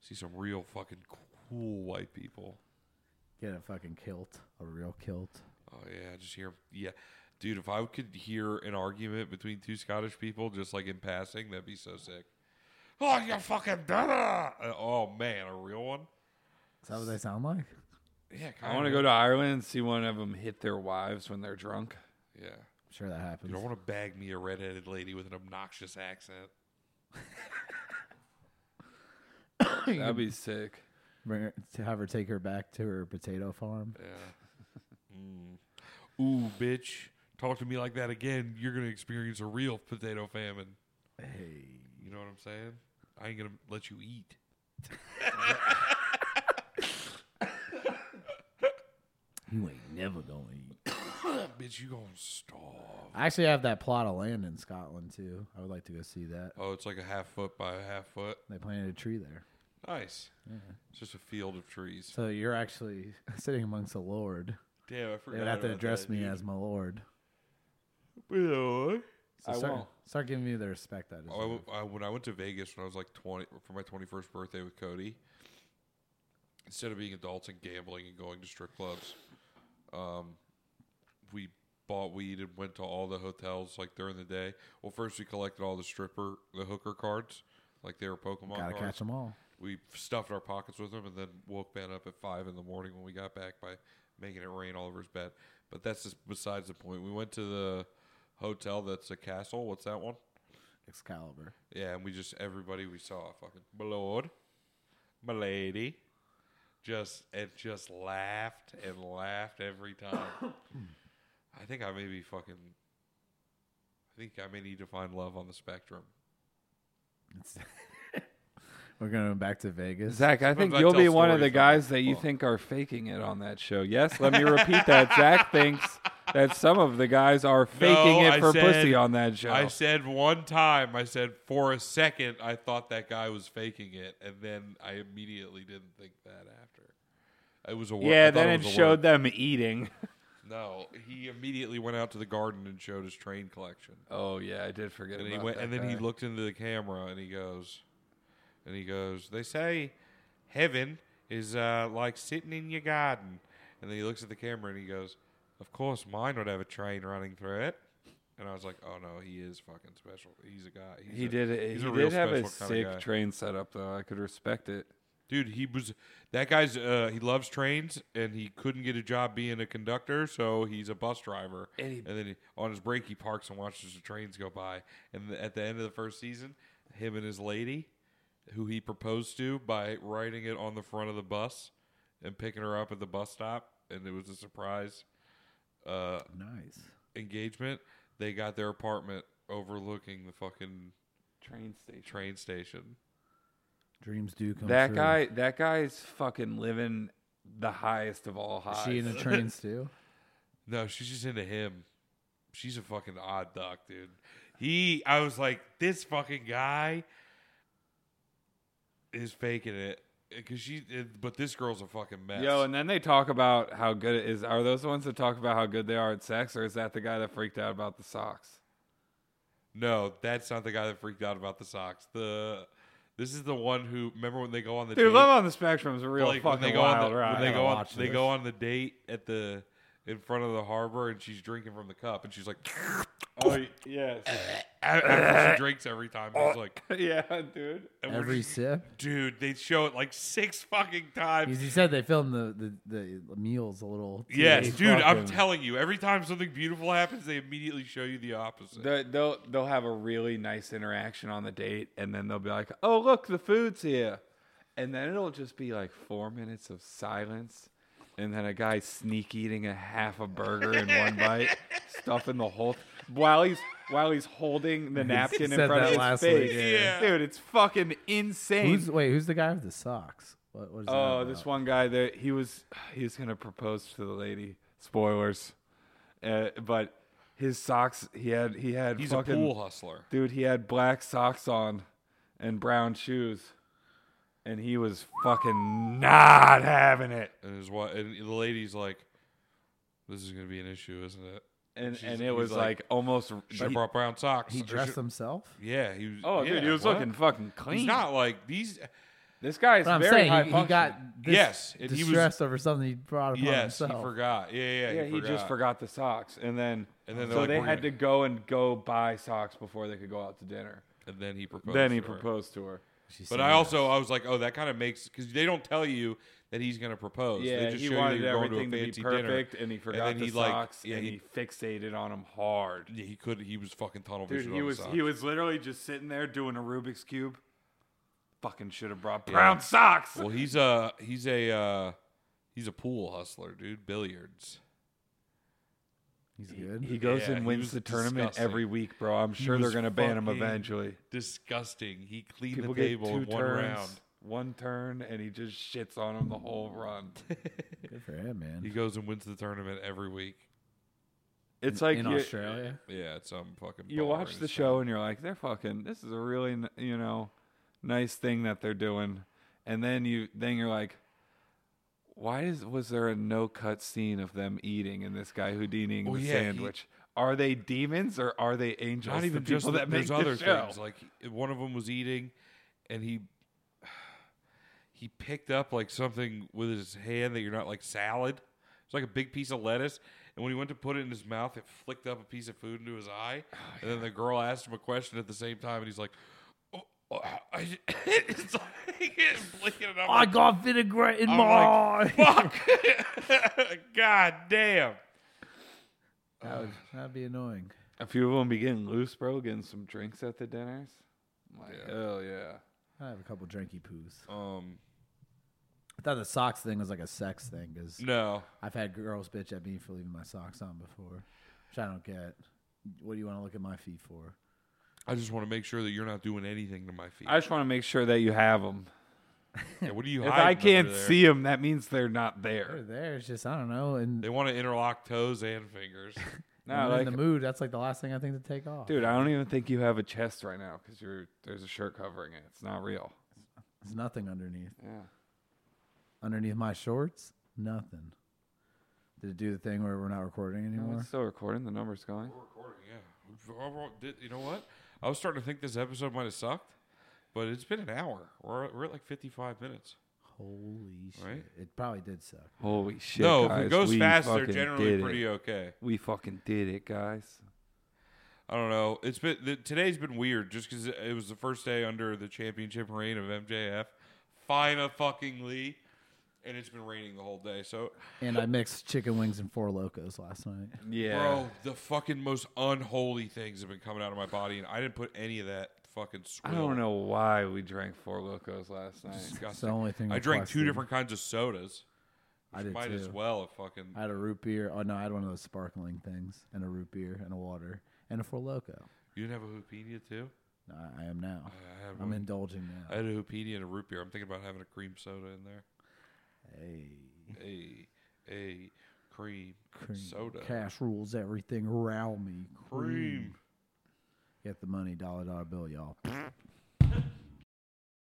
Speaker 2: See some real fucking cool white people.
Speaker 1: get a fucking kilt, a real kilt.
Speaker 2: Oh yeah, just hear yeah, dude. If I could hear an argument between two Scottish people just like in passing, that'd be so sick. Oh, you fucking done it! Uh, Oh man, a real one.
Speaker 1: Is that what they sound like?
Speaker 2: Yeah,
Speaker 3: I want to go to Ireland and see one of them hit their wives when they're (laughs) drunk.
Speaker 2: Yeah,
Speaker 1: I'm sure that happens.
Speaker 2: dude. I want to bag me a redheaded lady with an obnoxious accent.
Speaker 3: That'd be sick.
Speaker 1: Bring her, to have her take her back to her potato farm.
Speaker 2: Yeah. (laughs) mm. Ooh, bitch. Talk to me like that again. You're going to experience a real potato famine. Hey. You know what I'm saying? I ain't going to let you eat.
Speaker 1: (laughs) You ain't never gonna eat.
Speaker 2: (coughs) bitch, you going to starve.
Speaker 1: I actually have that plot of land in Scotland too. I would like to go see that.
Speaker 2: Oh, it's like a half foot by a half foot.
Speaker 1: They planted a tree there.
Speaker 2: Nice. It's just a field of trees.
Speaker 1: So you're actually (laughs) sitting amongst the Lord.
Speaker 2: Damn, I
Speaker 1: They
Speaker 2: forgot.
Speaker 1: would have to
Speaker 2: about
Speaker 1: address
Speaker 2: that,
Speaker 1: me
Speaker 2: dude.
Speaker 1: as my Lord.
Speaker 2: Hello.
Speaker 1: So
Speaker 3: I
Speaker 1: start,
Speaker 3: won't.
Speaker 1: start giving me the respect I deserve.
Speaker 2: Oh, I w- I- when I went to Vegas when I was like 20 for my 21st birthday with Cody, instead of being adults and gambling and going to strip clubs, um, we bought weed and went to all the hotels like during the day. Well, first we collected all the stripper, the hooker cards, like they were Pokemon
Speaker 1: Gotta
Speaker 2: cards.
Speaker 1: catch them all.
Speaker 2: We stuffed our pockets with them and then woke Ben up at five in the morning when we got back by making it rain all over his bed. But that's just besides the point. We went to the hotel that's a castle. What's that one?
Speaker 1: Excalibur.
Speaker 2: Yeah, and we just everybody we saw fucking my lord, my lady, just and just laughed and laughed every time. I think I may be fucking. I think I may need to find love on the spectrum.
Speaker 1: We're going back to Vegas.
Speaker 3: Zach, I think
Speaker 2: I
Speaker 3: you'll
Speaker 2: tell
Speaker 3: be one of
Speaker 2: stories
Speaker 3: the
Speaker 2: about
Speaker 3: guys that you
Speaker 2: football.
Speaker 3: think are faking it on that show. Yes, let me
Speaker 2: (laughs)
Speaker 3: repeat that. Zach thinks that some of the guys are faking
Speaker 2: No,
Speaker 3: it
Speaker 2: I
Speaker 3: for
Speaker 2: said-
Speaker 3: pussy on that show.
Speaker 2: I said one time. I said for a second. I thought that guy was faking it, and then I immediately didn't think that after. It was a wor- I
Speaker 3: yeah,
Speaker 2: thought
Speaker 3: then it
Speaker 2: was a
Speaker 3: showed
Speaker 2: word.
Speaker 3: them
Speaker 2: (laughs)
Speaker 3: eating.
Speaker 2: No, he immediately went out to the garden and showed his train collection.
Speaker 3: Oh yeah, I did forget.
Speaker 2: and he
Speaker 3: about
Speaker 2: went
Speaker 3: that
Speaker 2: and then he
Speaker 3: guy.
Speaker 2: looked into the camera and he goes and he goes they say heaven is uh, like sitting in your garden and then he looks at the camera and he goes of course mine would have a train running through it and i was like oh no he is fucking special he's a guy he's
Speaker 3: He
Speaker 2: a,
Speaker 3: did.
Speaker 2: he's
Speaker 3: He
Speaker 2: a real
Speaker 3: did have a
Speaker 2: special kinda
Speaker 3: sick
Speaker 2: guy.
Speaker 3: train setup, though. I could respect it.
Speaker 2: dude he was that guy's uh, he loves trains and he couldn't get a job being a conductor so he's a bus driver and, then he, on his break he parks and watches the trains go by and th- at the end of the first season him and his lady who he proposed to by writing it on the front of the bus and picking her up at the bus stop and it was a surprise uh,
Speaker 1: nice.
Speaker 2: engagement they got their apartment overlooking the fucking
Speaker 3: Train station.
Speaker 2: train station
Speaker 1: Dreams do come
Speaker 3: that
Speaker 1: true.
Speaker 3: guy. That guy's fucking living the highest of all
Speaker 1: Is
Speaker 3: highs.
Speaker 1: She in a train
Speaker 2: (laughs)
Speaker 1: too.
Speaker 2: No, she's just into him. She's a fucking odd duck, dude. He, I was like, this fucking guy is faking it, because she. It, but this girl's a fucking mess.
Speaker 3: Yo, and then they talk about how good it is. Are those the ones that talk about how good they are at sex, or is that the guy that freaked out about the socks?
Speaker 2: no, that's not the guy that freaked out about the socks. The this is the one who remember when they go on the
Speaker 3: Dude,
Speaker 2: date?
Speaker 3: Love on the Spectrum is a real
Speaker 2: like when
Speaker 3: fucking
Speaker 2: they go
Speaker 3: wild
Speaker 2: on the,
Speaker 3: ride.
Speaker 2: when they go on
Speaker 1: watch
Speaker 2: they
Speaker 1: this.
Speaker 2: go on the date at the in front of the harbor and she's drinking from the cup and she's like (laughs)
Speaker 3: oh, yes. (laughs)
Speaker 2: after she drinks every time it's like
Speaker 3: yeah, dude.
Speaker 2: and we're
Speaker 1: Every
Speaker 2: just-
Speaker 1: sip.
Speaker 2: dude they show it like six fucking times
Speaker 1: Because you said they filmed the, the, the meals a little. too
Speaker 2: yes
Speaker 1: late.
Speaker 2: dude I'm
Speaker 3: fucking-
Speaker 2: telling you every time something beautiful happens they immediately show you the opposite
Speaker 3: They- They'll they'll have a really nice interaction on the date, and then they'll be like, "Oh, look, the food's here," and then it'll just be like four minutes of silence, and then a guy sneak eating a half a burger
Speaker 2: (laughs)
Speaker 3: in one bite, stuffing the whole while he's while he's holding the napkin in
Speaker 1: said
Speaker 3: front of
Speaker 1: that
Speaker 3: his
Speaker 1: last
Speaker 3: face.
Speaker 1: week, yeah.
Speaker 2: Yeah.
Speaker 3: Dude, it's fucking insane.
Speaker 1: Who's, wait, who's the guy with the socks? What, what is that
Speaker 3: Oh,
Speaker 1: about?
Speaker 3: this one guy that he was he was gonna propose to the lady. Spoilers, uh, but his socks he had he had
Speaker 2: he's
Speaker 3: fucking,
Speaker 2: a pool hustler
Speaker 3: dude. He had black socks on and brown shoes, and he was fucking not having it.
Speaker 2: and his wife and the lady's like this is gonna be an issue isn't it
Speaker 3: And
Speaker 2: She's-
Speaker 3: and it
Speaker 2: he's
Speaker 3: was
Speaker 2: like,
Speaker 3: like, almost.
Speaker 2: she
Speaker 3: he-
Speaker 2: brought brown socks
Speaker 1: He
Speaker 2: Or
Speaker 1: dressed
Speaker 2: she-
Speaker 1: himself?
Speaker 2: yeah he was
Speaker 3: oh, dude,
Speaker 2: yeah,
Speaker 3: he was
Speaker 2: what?
Speaker 3: looking fucking clean.
Speaker 2: he's not like these
Speaker 3: This guy is
Speaker 1: But I'm
Speaker 3: very high
Speaker 1: saying he, he got this
Speaker 2: Yes, and he was-
Speaker 1: distressed over something he brought upon
Speaker 2: Yes,
Speaker 1: himself.
Speaker 2: he forgot. Yeah, yeah,
Speaker 3: Yeah, he, just forgot the socks, and then
Speaker 2: And then they're
Speaker 3: so
Speaker 2: like,
Speaker 3: they
Speaker 2: "We're
Speaker 3: had
Speaker 2: gonna-"
Speaker 3: to go and go buy socks before they could go out to dinner.
Speaker 2: And then he proposed.
Speaker 3: then he
Speaker 2: to her.
Speaker 3: proposed to her.
Speaker 2: But I also I was like, oh, that kind of makes because they don't tell you that he's gonna propose.
Speaker 3: Yeah,
Speaker 2: they just
Speaker 3: he
Speaker 2: show
Speaker 3: wanted
Speaker 2: you they're going
Speaker 3: everything
Speaker 2: to, a
Speaker 3: to,
Speaker 2: fancy
Speaker 3: be perfect,
Speaker 2: dinner.
Speaker 3: and he forgot
Speaker 2: then
Speaker 3: the
Speaker 2: he, like-
Speaker 3: socks,
Speaker 2: yeah,
Speaker 3: and
Speaker 2: he-
Speaker 3: he, fixated on him hard.
Speaker 2: Yeah, he could. He was fucking tunnel
Speaker 3: Dude,
Speaker 2: vision.
Speaker 3: he
Speaker 2: on
Speaker 3: was
Speaker 2: the
Speaker 3: he
Speaker 2: socks.
Speaker 3: was literally just sitting there doing a Rubik's cube. Fucking should have brought brown socks.
Speaker 2: Well, he's a he's a uh, he's a pool hustler, dude. Billiards.
Speaker 1: He's good.
Speaker 3: He goes
Speaker 2: Yeah, he
Speaker 3: and wins
Speaker 2: was
Speaker 3: the tournament
Speaker 2: disgusting.
Speaker 3: every week, bro. I'm sure they're
Speaker 2: was
Speaker 3: gonna ban him
Speaker 2: fucking-
Speaker 3: eventually.
Speaker 2: Disgusting. He cleaned
Speaker 3: People
Speaker 2: the
Speaker 3: get
Speaker 2: table
Speaker 3: two
Speaker 2: in one
Speaker 3: turns,
Speaker 2: round.
Speaker 3: one turn, and he just shits on him the whole run.
Speaker 1: good for him,
Speaker 2: He
Speaker 1: man.
Speaker 2: goes and wins the tournament every week.
Speaker 3: It's like
Speaker 1: In
Speaker 3: you,
Speaker 1: Australia?
Speaker 2: Yeah, it's some fucking.
Speaker 3: you
Speaker 2: bar
Speaker 3: watch
Speaker 2: in
Speaker 3: the
Speaker 2: his
Speaker 3: show
Speaker 2: town.
Speaker 3: and you're like, they're fucking. This is a really n- you know nice thing that they're doing, and then you then you're like, why is was there a no cut scene of them eating and this guy Houdini eating
Speaker 2: Well,
Speaker 3: the
Speaker 2: yeah, he-
Speaker 3: sandwich? are they demons or are they angels?
Speaker 2: Not
Speaker 3: (laughs) the
Speaker 2: even just
Speaker 3: people
Speaker 2: the-
Speaker 3: that make
Speaker 2: there's
Speaker 3: the
Speaker 2: other
Speaker 3: show?
Speaker 2: things. Like one of them was eating, and he (sighs) he picked up like something with his hand that you're not like salad. It's like a big piece of lettuce, and when he went to put it in his mouth, it flicked up a piece of food into his eye.
Speaker 3: Oh,
Speaker 2: and then the girl asked him a question at the same time, and he's like. "Oh, oh, I, (laughs) it's like (laughs) blinking and I'm
Speaker 1: I
Speaker 2: (laughs) like,
Speaker 1: got vinaigrette in
Speaker 2: I'm
Speaker 1: my
Speaker 2: like,
Speaker 1: eye.
Speaker 2: fuck, (laughs) god damn.
Speaker 1: That would, that'd be annoying.
Speaker 3: a few of them be getting loose, bro, getting some drinks at the dinners. I'm like,
Speaker 2: Yeah.
Speaker 3: hell yeah.
Speaker 1: I have a couple drinky poos.
Speaker 2: Um,
Speaker 1: I thought the socks thing was like a sex thing because
Speaker 2: no,
Speaker 1: I've had girls bitch at me for leaving my socks on before, which I don't get. What do you want to look at my feet for?
Speaker 2: I just want to make sure that you're not doing anything to my feet.
Speaker 3: I just want to make sure that you have them.
Speaker 2: Yeah, what do you?
Speaker 3: If
Speaker 2: hiding
Speaker 3: I
Speaker 2: under
Speaker 3: can't
Speaker 2: there?
Speaker 3: see them, that means they're not
Speaker 1: They're
Speaker 3: there.
Speaker 1: there. It's just I don't know. And
Speaker 2: They want to interlock toes and fingers. (laughs)
Speaker 1: when
Speaker 3: No,
Speaker 1: I'm
Speaker 3: like
Speaker 1: in the mood, that's like the last thing I think to take off.
Speaker 3: Dude, I don't even think you have a chest right now because you're there's a shirt covering it. It's not real.
Speaker 1: There's nothing underneath.
Speaker 3: Yeah.
Speaker 1: Underneath my shorts, nothing. Did it do the thing where we're not recording anymore?
Speaker 3: it's still recording. The number's going.
Speaker 2: We're recording, yeah. Overall, did- You know what? I was starting to think this episode might have sucked, but it's been an hour. We're, we're at like 55 minutes.
Speaker 1: Holy shit!
Speaker 2: Right?
Speaker 1: It probably did suck.
Speaker 3: Holy shit!
Speaker 2: no, if
Speaker 3: guys,
Speaker 2: it goes
Speaker 3: we
Speaker 2: fast, they're
Speaker 3: fucking
Speaker 2: generally
Speaker 3: did
Speaker 2: pretty
Speaker 3: It.
Speaker 2: okay.
Speaker 3: We fucking did it, guys.
Speaker 2: I don't know. It's been the, today's been weird just because it was the first day under the championship reign of MJF. Fina fucking Lee. And it's been raining the whole day. So,
Speaker 1: And I mixed chicken wings and four locos last night.
Speaker 3: Yeah.
Speaker 2: bro, the fucking most unholy things have been coming out of my body, and I didn't put any of that fucking
Speaker 3: I
Speaker 2: swill.
Speaker 3: don't know why we drank four locos last night.
Speaker 2: Disgusting.
Speaker 1: It's the only thing
Speaker 2: I drank two
Speaker 1: requested.
Speaker 2: different kinds of sodas.
Speaker 1: I did
Speaker 2: Might
Speaker 1: too.
Speaker 2: as well if fucking
Speaker 1: I had a root beer. Oh no, I had one of those sparkling things, and a root beer, and a water, and a four loco.
Speaker 2: you didn't have a hoopenia too.
Speaker 1: No, I, I am now.
Speaker 2: I had
Speaker 1: I'm
Speaker 2: one.
Speaker 1: indulging
Speaker 2: I
Speaker 1: now.
Speaker 2: had a hoopenia and a root beer. I'm thinking about having a cream soda
Speaker 1: (laughs)
Speaker 2: in there.
Speaker 1: hey,
Speaker 2: A a cream,
Speaker 1: cream.
Speaker 2: soda
Speaker 1: Cash rules everything around me.
Speaker 2: cream.
Speaker 1: Get the money, dollar dollar bill, y'all.